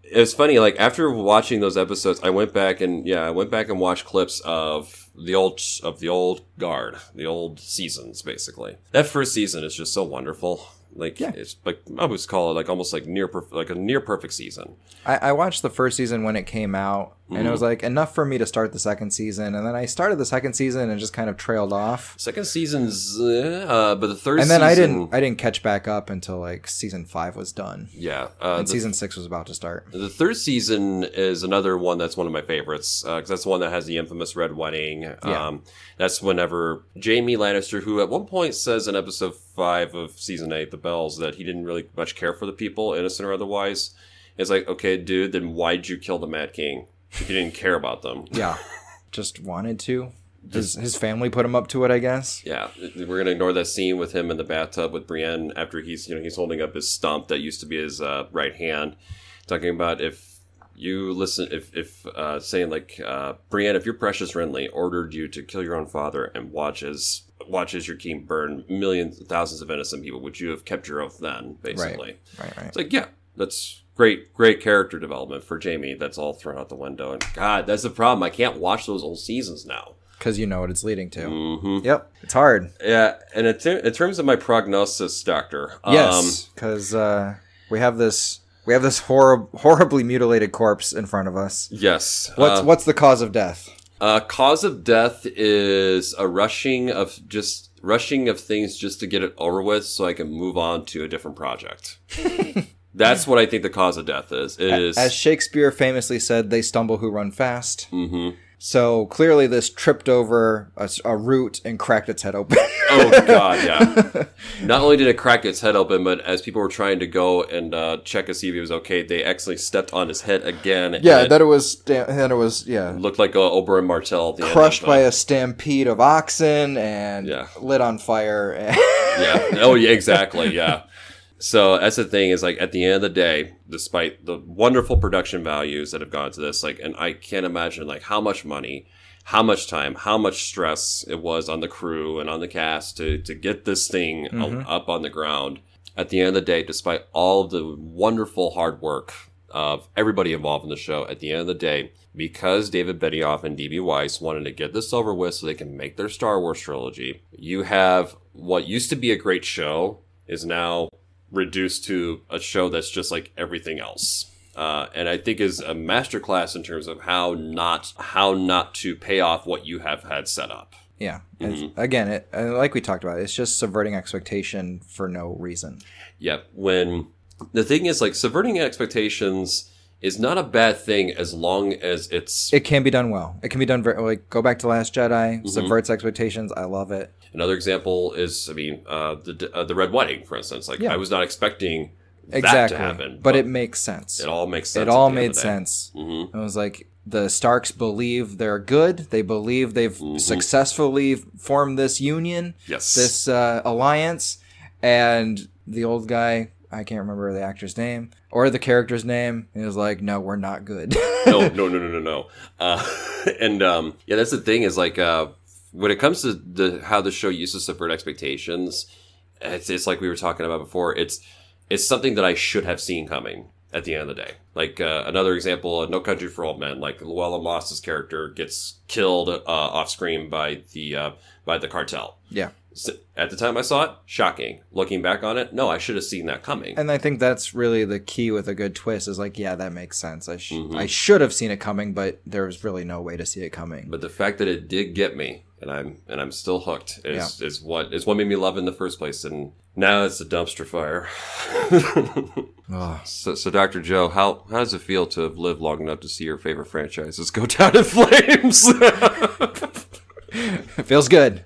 S2: it's funny. Like after watching those episodes, I went back and yeah, I went back and watched clips of the old of the old guard, the old seasons, basically. That first season is just so wonderful. Like
S1: Yeah.
S2: it's like I always call it like almost like near perf- like a near perfect season.
S1: I, I watched the first season when it came out, and
S2: Mm-hmm.
S1: it was like enough for me to start the second season. And then I started the second season and just kind of trailed off.
S2: Second season's uh, uh, but the third
S1: And then I
S2: season-
S1: didn't. I didn't catch back up until like season five was done.
S2: yeah uh,
S1: and
S2: the
S1: season six was about to start.
S2: The third season is another one that's one of my favorites because that's the one that has the infamous red wedding.
S1: Yeah.
S2: Um, that's whenever Jamie Lannister, who at one point says in episode five of season eight, The Bells, that he didn't really much care for the people, innocent or otherwise, is like, okay, dude, then why'd you kill the Mad King if you didn't care about them?
S1: Yeah, just wanted to. His, his family put him up to it, I guess.
S2: Yeah, we're gonna ignore that scene with him in the bathtub with Brienne after he's you know he's holding up his stump that used to be his uh, right hand, talking about if you listen if if uh, saying like uh, Brienne if your precious Renly ordered you to kill your own father and watch as watch as your king burn millions thousands of innocent people would you have kept your oath then basically
S1: Right, right.
S2: it's like yeah that's great great character development for Jamie that's all thrown out the window and God that's the problem I can't watch those old seasons now.
S1: Because you know what it's leading to.
S2: Mm-hmm.
S1: Yep, it's hard.
S2: Yeah, and in, ter- in terms of my prognosis, doctor. um,
S1: yes, because uh, we have this we have this horrib- horribly mutilated corpse in front of us.
S2: yes.
S1: What's
S2: uh,
S1: what's the cause of death?
S2: Uh, cause of death is a rushing of just rushing of things just to get it over with, so I can move on to a different project. That's what I think the cause of death is. It is.
S1: As Shakespeare famously said, they stumble who run fast.
S2: hmm
S1: So clearly, this tripped over a, s- a root and cracked its head open.
S2: Oh god, yeah. Not only did it crack its head open, but as people were trying to go and uh, check to see if he was okay, they actually stepped on his head again.
S1: yeah,
S2: and
S1: that it was. That it was. Yeah,
S2: it looked like uh, Oberyn Martell. At the end
S1: crushed
S2: of,
S1: by
S2: uh,
S1: a stampede of oxen and
S2: Yeah.
S1: lit on fire. and-
S2: yeah. Oh, yeah, exactly. Yeah. So that's the thing is like at the end of the day, despite the wonderful production values that have gone to this, like, and I can't imagine like how much money, how much time, how much stress it was on the crew and on the cast to to get this thing uh,
S1: Mhm.
S2: up on the ground. At the end of the day, despite all of the wonderful hard work of everybody involved in the show, at the end of the day, because David Benioff and DB Weiss wanted to get this over with so they can make their Star Wars trilogy, you have what used to be a great show is now reduced to a show that's just like everything else. Uh, and I think is a masterclass in terms of how not how not to pay off what you have had set up.
S1: yeah. It's- Again, it, and like we talked about, it's just subverting expectation for no reason.
S2: Yep. When the thing is like subverting expectations is not a bad thing as long as it's
S1: It can be done well. It can be done very like go back to Last Jedi, subverts expectations. I love it.
S2: Another example is, I mean, uh, the uh, the red wedding, for instance. Like,
S1: Yeah.
S2: I was not expecting that to
S1: Exactly.
S2: happen,
S1: but, it makes sense.
S2: it all makes sense.
S1: It all made sense.
S2: hmm
S1: It was like the Starks believe they're good. They believe they've successfully formed this union,
S2: Yes.
S1: this uh, alliance, and the old guy. I can't remember the actor's name or the character's name. He was like, "No, we're not good."
S2: no, no, no, no, no, no. Uh, and um, yeah, that's the thing is like uh, when it comes to the how the show used to subvert expectations, it's, it's like we were talking about before. It's it's something that I should have seen coming at the end of the day. Like uh, another example, No Country for Old Men. Like Luella Moss's character gets killed uh, off screen by the uh, by the cartel.
S1: yeah,
S2: So, at the time I saw it, shocking. Looking back on it, no, I should have seen that coming.
S1: and I think that's really the key with a good twist. Is like, yeah, that makes sense. I sh-
S2: Mhm.
S1: I should have seen it coming, but there was really no way to see it coming.
S2: But the fact that it did get me, and I'm and I'm still hooked, is is what is what made me love it in the first place. And now it's a dumpster fire. Ah.
S1: Ugh.
S2: so, so Dr. Joe, how how does it feel to have lived long enough to see your favorite franchises go down in flames?
S1: It feels good.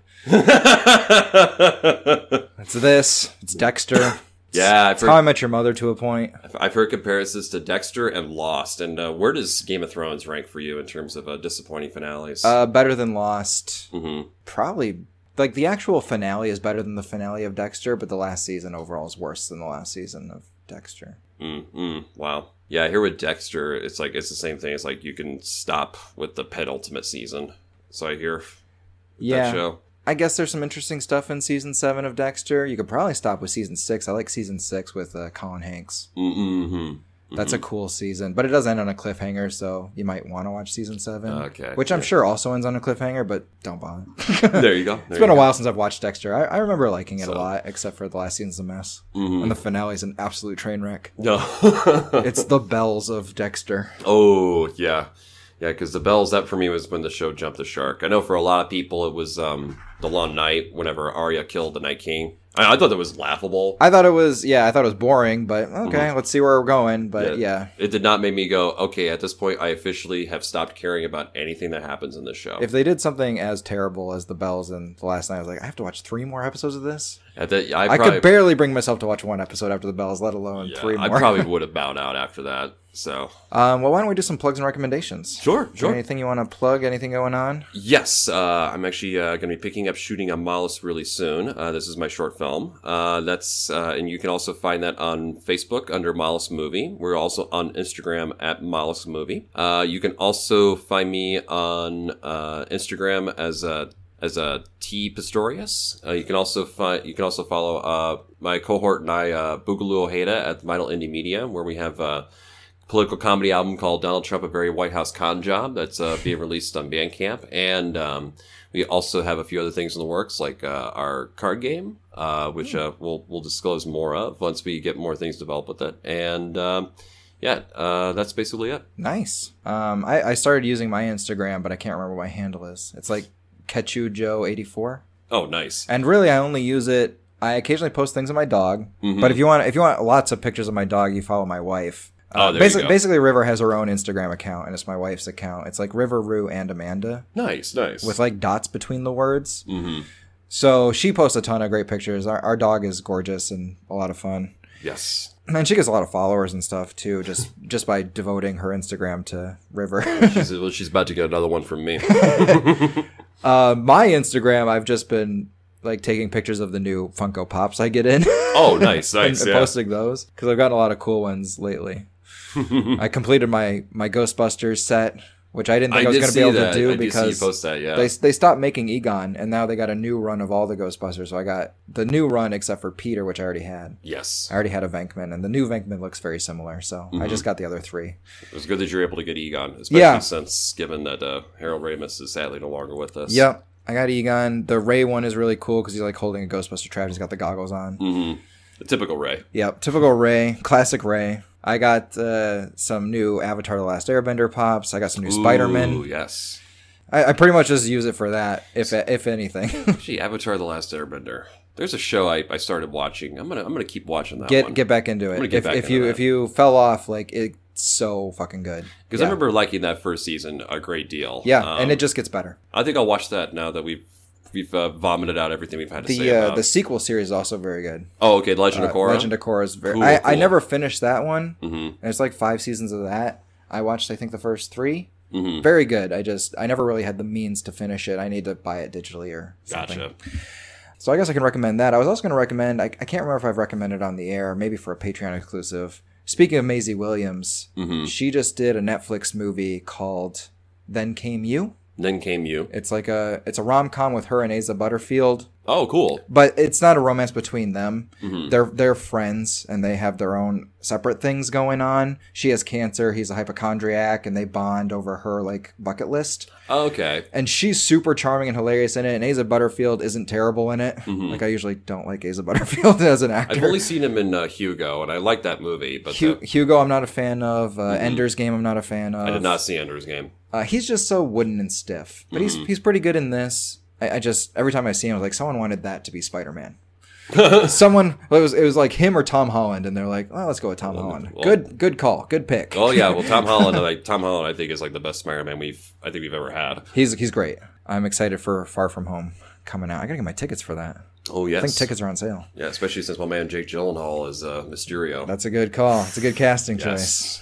S1: It's this. It's Dexter.
S2: yeah, I've
S1: It's how I
S2: heard,
S1: met your mother to a point.
S2: I've heard comparisons to Dexter and Lost. And uh, where does Game of Thrones rank for you in terms of uh, disappointing finales?
S1: Uh, better than Lost.
S2: hmm
S1: Probably like the actual finale is better than the finale of Dexter, but the last season overall is worse than the last season of Dexter.
S2: Mm, mm, wow. Yeah, here with Dexter, it's like it's the same thing. It's like you can stop with the penultimate season. So I hear that
S1: Yeah,
S2: show.
S1: I guess there's some interesting stuff in season seven of Dexter. You could probably stop with season six. I like season six with uh, Colin Hanks.
S2: Mm-hmm.
S1: That's a cool season, but it does end on a cliffhanger, so you might want to watch season seven,
S2: Okay,
S1: which I'm
S2: yeah.
S1: sure also ends on a cliffhanger. But don't bother.
S2: there you go.
S1: It's been a while since I've watched Dexter. I, I remember liking it
S2: So-
S1: a lot, except for the last season's a mess.
S2: hmm
S1: And the finale's an absolute train wreck.
S2: No.
S1: It's the bells of Dexter.
S2: oh yeah, yeah. Because the bells that for me was when the show jumped the shark. I know for a lot of people it was um the Long Night. Whenever Arya killed the Night King, I, I thought that was laughable.
S1: I thought it was, yeah, I thought it was boring, but okay,
S2: Mm-hmm.
S1: let's see where we're going. But yeah.
S2: It did not make me go, okay, at this point, I officially have stopped caring about anything that happens in this show.
S1: if they did something as terrible as the bells in the last night, I was like, I have to watch three more episodes of this.
S2: At that,
S1: I,
S2: probably-
S1: could barely bring myself to watch one episode after the bells, let alone
S2: Yeah,
S1: three
S2: I
S1: more.
S2: probably would have bowed out after that. So
S1: um, well, why don't we do some plugs and recommendations?
S2: sure,
S1: Is there Anything you want to plug? Anything going on?
S2: Yes, uh, I'm actually uh, going to be picking up shooting on Mollus really soon. Uh, this is my short film. Uh, that's uh, and you can also find that on Facebook under Mollus Movie. We're also on Instagram at Mollus Movie. Uh, you can also find me on uh, Instagram as uh, as uh, T Pistorius. Uh, you can also find you can also follow uh, my cohort and I uh, Boogaloo Ojeda at Vital Indie Media, where we have. Uh, political comedy album called Donald Trump: A Very White House Con Job that's uh, being released on Bandcamp, and um, we also have a few other things in the works, like uh, our card game,
S1: Hmm.
S2: uh, which uh, we'll we'll disclose more of once we get more things developed with it, and. Um, yeah, uh, that's basically it.
S1: Nice. Um, I, I started using my Instagram, but I can't remember what my handle is. It's like Ketchujo84.
S2: Oh, nice.
S1: And really, I only use it. I occasionally post things of my dog,
S2: Mhm.
S1: but if you want, if you want lots of pictures of my dog, you follow my wife.
S2: Oh, there you
S1: basically,
S2: go.
S1: basically, River has her own Instagram account, and it's my wife's account. It's like River Rue and Amanda
S2: Nice, nice.
S1: with like dots between the words.
S2: hmm
S1: So she posts a ton of great pictures. Our, our dog is gorgeous and a lot of fun.
S2: Yes.
S1: And she gets a lot of followers and stuff too, just just by devoting her Instagram to River.
S2: She's, well, she's about to get another one from me.
S1: uh, my Instagram, I've just been like taking pictures of the new Funko Pops I get in.
S2: Oh, nice,
S1: and,
S2: nice.
S1: and
S2: yeah.
S1: posting those because I've gotten a lot of cool ones lately. I completed my my Ghostbusters set, which I didn't think I, was
S2: did
S1: going to
S2: see
S1: be able
S2: that.
S1: to do
S2: I did see you
S1: because
S2: post that. Yeah.
S1: they they stopped making Egon, and now they got a new run of all the Ghostbusters. So I got the new run except for Peter, which I already had.
S2: yes.
S1: I already had a Venkman, and the new Venkman looks very similar. So
S2: Mm-hmm.
S1: I just got the other three.
S2: It was good that you were able to get Egon, especially
S1: Yeah.
S2: since given that uh, Harold Ramis is sadly no longer with us.
S1: Yep. I got Egon. The Ray one is really cool because he's like holding a Ghostbuster trap. He's got the goggles on.
S2: hmm The typical Ray.
S1: Yep, typical Ray, classic Ray. I got uh, some new Avatar: The Last Airbender pops. I got some new Spider
S2: Ooh,
S1: Man.
S2: yes.
S1: I, I pretty much just use it for that, if if anything.
S2: Gee, Avatar: The Last Airbender. There's a show I, I started watching. I'm gonna I'm gonna keep watching that
S1: get
S2: one
S1: get back into
S2: gonna
S1: it.
S2: get
S1: If,
S2: back
S1: if
S2: into
S1: you
S2: that.
S1: if you fell off, like it's so fucking good.
S2: because I
S1: Yeah.
S2: remember liking that first season a great deal.
S1: Yeah,
S2: Um,
S1: and it just gets better.
S2: I think I'll watch that now that we've we've uh, vomited out everything we've had to say
S1: The
S2: about.
S1: uh, the sequel series is also very good.
S2: oh, okay, Legend
S1: Uh,
S2: of Korra.
S1: Legend of Korra is very.
S2: Cool,
S1: I, I
S2: cool.
S1: never finished that one.
S2: Mhm.
S1: And it's like five seasons of that. I watched I think the first three.
S2: Mhm.
S1: Very good. I just I never really had the means to finish it. I need to buy it digitally or something.
S2: Gotcha.
S1: So I guess I can recommend that. I was also going to recommend, I, I can't remember if I've recommended on the air, maybe for a Patreon exclusive. Speaking of Maisie Williams,
S2: Mhm.
S1: she just did a Netflix movie called Then Came You.
S2: Then came you.
S1: It's like a it's a rom-com with her and Asa Butterfield,
S2: Oh, cool.
S1: but it's not a romance between them.
S2: Mhm.
S1: They're they're friends and they have their own separate things going on. She has cancer, he's a hypochondriac and they bond over her like bucket list
S2: Okay.
S1: and she's super charming and hilarious in it. And Asa Butterfield isn't terrible in it. Like I usually don't like Asa Butterfield as an
S2: Mm-hmm. I've
S1: actor.
S2: only seen him in uh, Hugo, and I like that movie, but
S1: Hu-
S2: the-
S1: Hugo, I'm not a fan of. Uh, Ender's Game, I'm not a fan of.
S2: Mm-hmm. I did not see Ender's Game.
S1: Uh, he's just so wooden and stiff, but
S2: Mm-hmm.
S1: he's he's pretty good in this. I, I just every time I see him, I was like, someone wanted that to be Spider Man. someone well, it was it was like him or Tom Holland, and they're like, well, let's go with Tom Holland.
S2: well-
S1: good good call, good pick.
S2: Oh yeah, well Tom Holland, like Tom Holland, I think is like the best Spider-Man we've I think we've ever had.
S1: he's he's great. I'm excited for Far From Home coming out. I gotta get my tickets for that.
S2: Oh yes,
S1: I think tickets are on sale.
S2: yeah, especially since my man Jake Gyllenhaal is uh, Mysterio.
S1: That's a good call. It's a good casting choice.
S2: yes,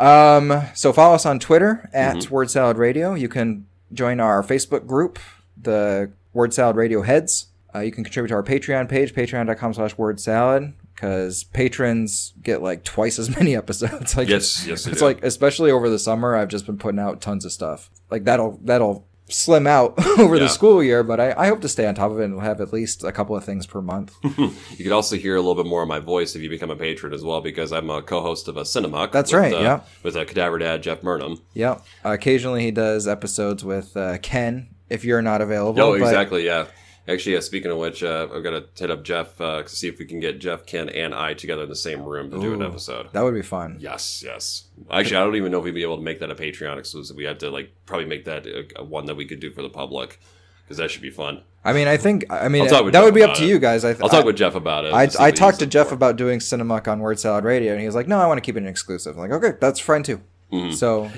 S1: Um, so follow us on Twitter at
S2: Mm-hmm.
S1: Word Salad Radio. You can join our Facebook group, the Word Salad Radio Heads. Uh, you can contribute to our Patreon page, patreon.com slash word salad, because patrons get like twice as many episodes. like
S2: yes, yes. they
S1: it's
S2: do.
S1: like especially over the summer, I've just been putting out tons of stuff. Like that'll that'll slim out over
S2: Yeah.
S1: the school year, but I, I hope to stay on top of it and have at least a couple of things per month.
S2: you can also hear a little bit more of my voice if you become a patron as well, because I'm a co-host of a Cinemuck.
S1: That's
S2: with,
S1: right,
S2: Uh,
S1: yeah.
S2: With a cadaver dad Jeff Burnham.
S1: Yep. Occasionally he does episodes with uh, Ken if you're not available.
S2: No,
S1: but-
S2: Oh, exactly. Yeah. Actually, yeah, speaking of which, uh, I'm gonna hit up Jeff uh, to see if we can get Jeff, Ken, and I together in the same room to do an
S1: Ooh.
S2: episode.
S1: That would be fun.
S2: Yes, yes. Actually, I don't even know if we'd be able to make that a Patreon exclusive. We have to like probably make that a, a one that we could do for the public because that should be fun.
S1: I mean, I think I mean
S2: I'll talk with
S1: that
S2: Jeff
S1: would be up
S2: about
S1: to
S2: it.
S1: you guys. I th-
S2: I'll talk
S1: I,
S2: with Jeff about it.
S1: I,
S2: to see
S1: I
S2: what
S1: talked
S2: he's
S1: to
S2: up
S1: Jeff
S2: for.
S1: about doing Cinemuck on Word Salad Radio, and he was like, "No, I want to keep it an exclusive." I'm like, "Okay, that's fine too." So he,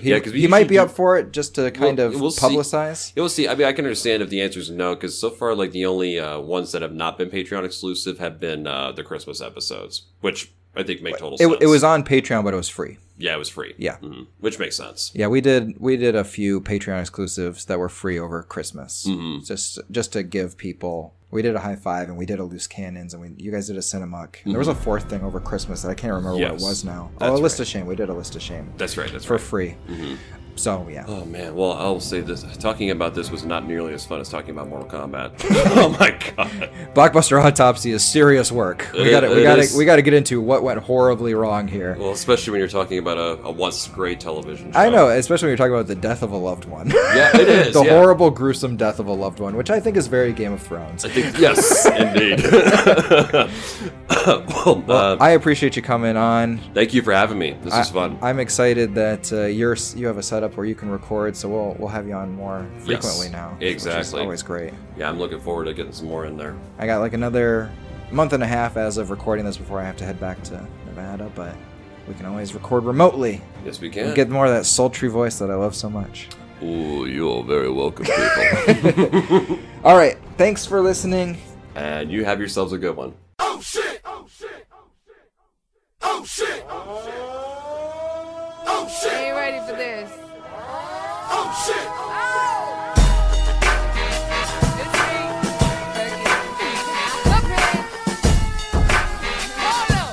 S2: Mm-hmm. Yeah, 'cause we
S1: he might
S2: usually
S1: be
S2: do-
S1: up for it just to kind
S2: We'll-
S1: of
S2: we'll see.
S1: publicize.
S2: Yeah, we'll see. I mean, I can understand if the answer is no because so far, like the only uh, ones that have not been Patreon exclusive have been uh, the Christmas episodes, which I think make total
S1: It,
S2: sense.
S1: it was on Patreon, but it was free.
S2: yeah, it was free.
S1: Yeah.
S2: Mhm. which makes sense.
S1: Yeah, we did we did a few Patreon exclusives that were free over Christmas,
S2: Mm-hmm.
S1: just just to give people. We did a high five and we did a loose cannons and we you guys did a Cinemuck. And There was a fourth thing over Christmas that I can't remember what
S2: Mm-hmm. Yes.
S1: it was now.
S2: That's mm-hmm.
S1: oh, a list of shame. We did a list of shame
S2: That's right. That's
S1: for
S2: right.
S1: free. So yeah.
S2: Oh man, well I'll say this: talking about this was not nearly as fun as talking about Mortal Kombat. oh my god!
S1: Blockbuster Autopsy is serious work. We
S2: It-
S1: got to
S2: it
S1: we got
S2: is.
S1: to we got to get into what went horribly wrong here.
S2: Well, especially when you're talking about a, a once great television show.
S1: I know, especially when you're talking about the death of a loved one.
S2: Yeah, it is.
S1: the
S2: yeah.
S1: horrible, gruesome death of a loved one, which I think is very Game of Thrones.
S2: I think yes, indeed. well,
S1: Well,
S2: uh,
S1: I appreciate you coming on.
S2: thank you for having me. This
S1: I,
S2: was fun.
S1: I'm excited that uh, you're s- you have a setup where you can record, so we'll we'll have you on more frequently now. which is
S2: exactly.
S1: always great.
S2: yeah, I'm looking forward to getting some more in there.
S1: I got like another month and a half as of recording this before I have to head back to Nevada, but we can always record remotely.
S2: Yes, we
S1: and
S2: can.
S1: Get more of that sultry voice that I love so much.
S2: Ooh, you are very welcome, people.
S1: All right, thanks for listening.
S2: and you have yourselves a good one.
S3: Oh shit! Oh shit! Oh shit! Oh shit! Oh
S4: I
S3: shit!
S4: ain't ready for this.
S3: Oh shit!
S5: Oh,
S4: It's me. Look, man. Hold up.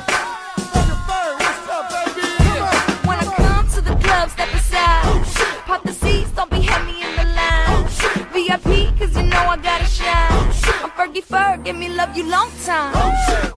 S5: When I come to the club, step
S3: Oh,
S5: aside. Pop the seats, don't be heavy in the line.
S3: Oh,
S5: VIP, cause you know I gotta shine. I'm Fergie Ferg, give me love you long time.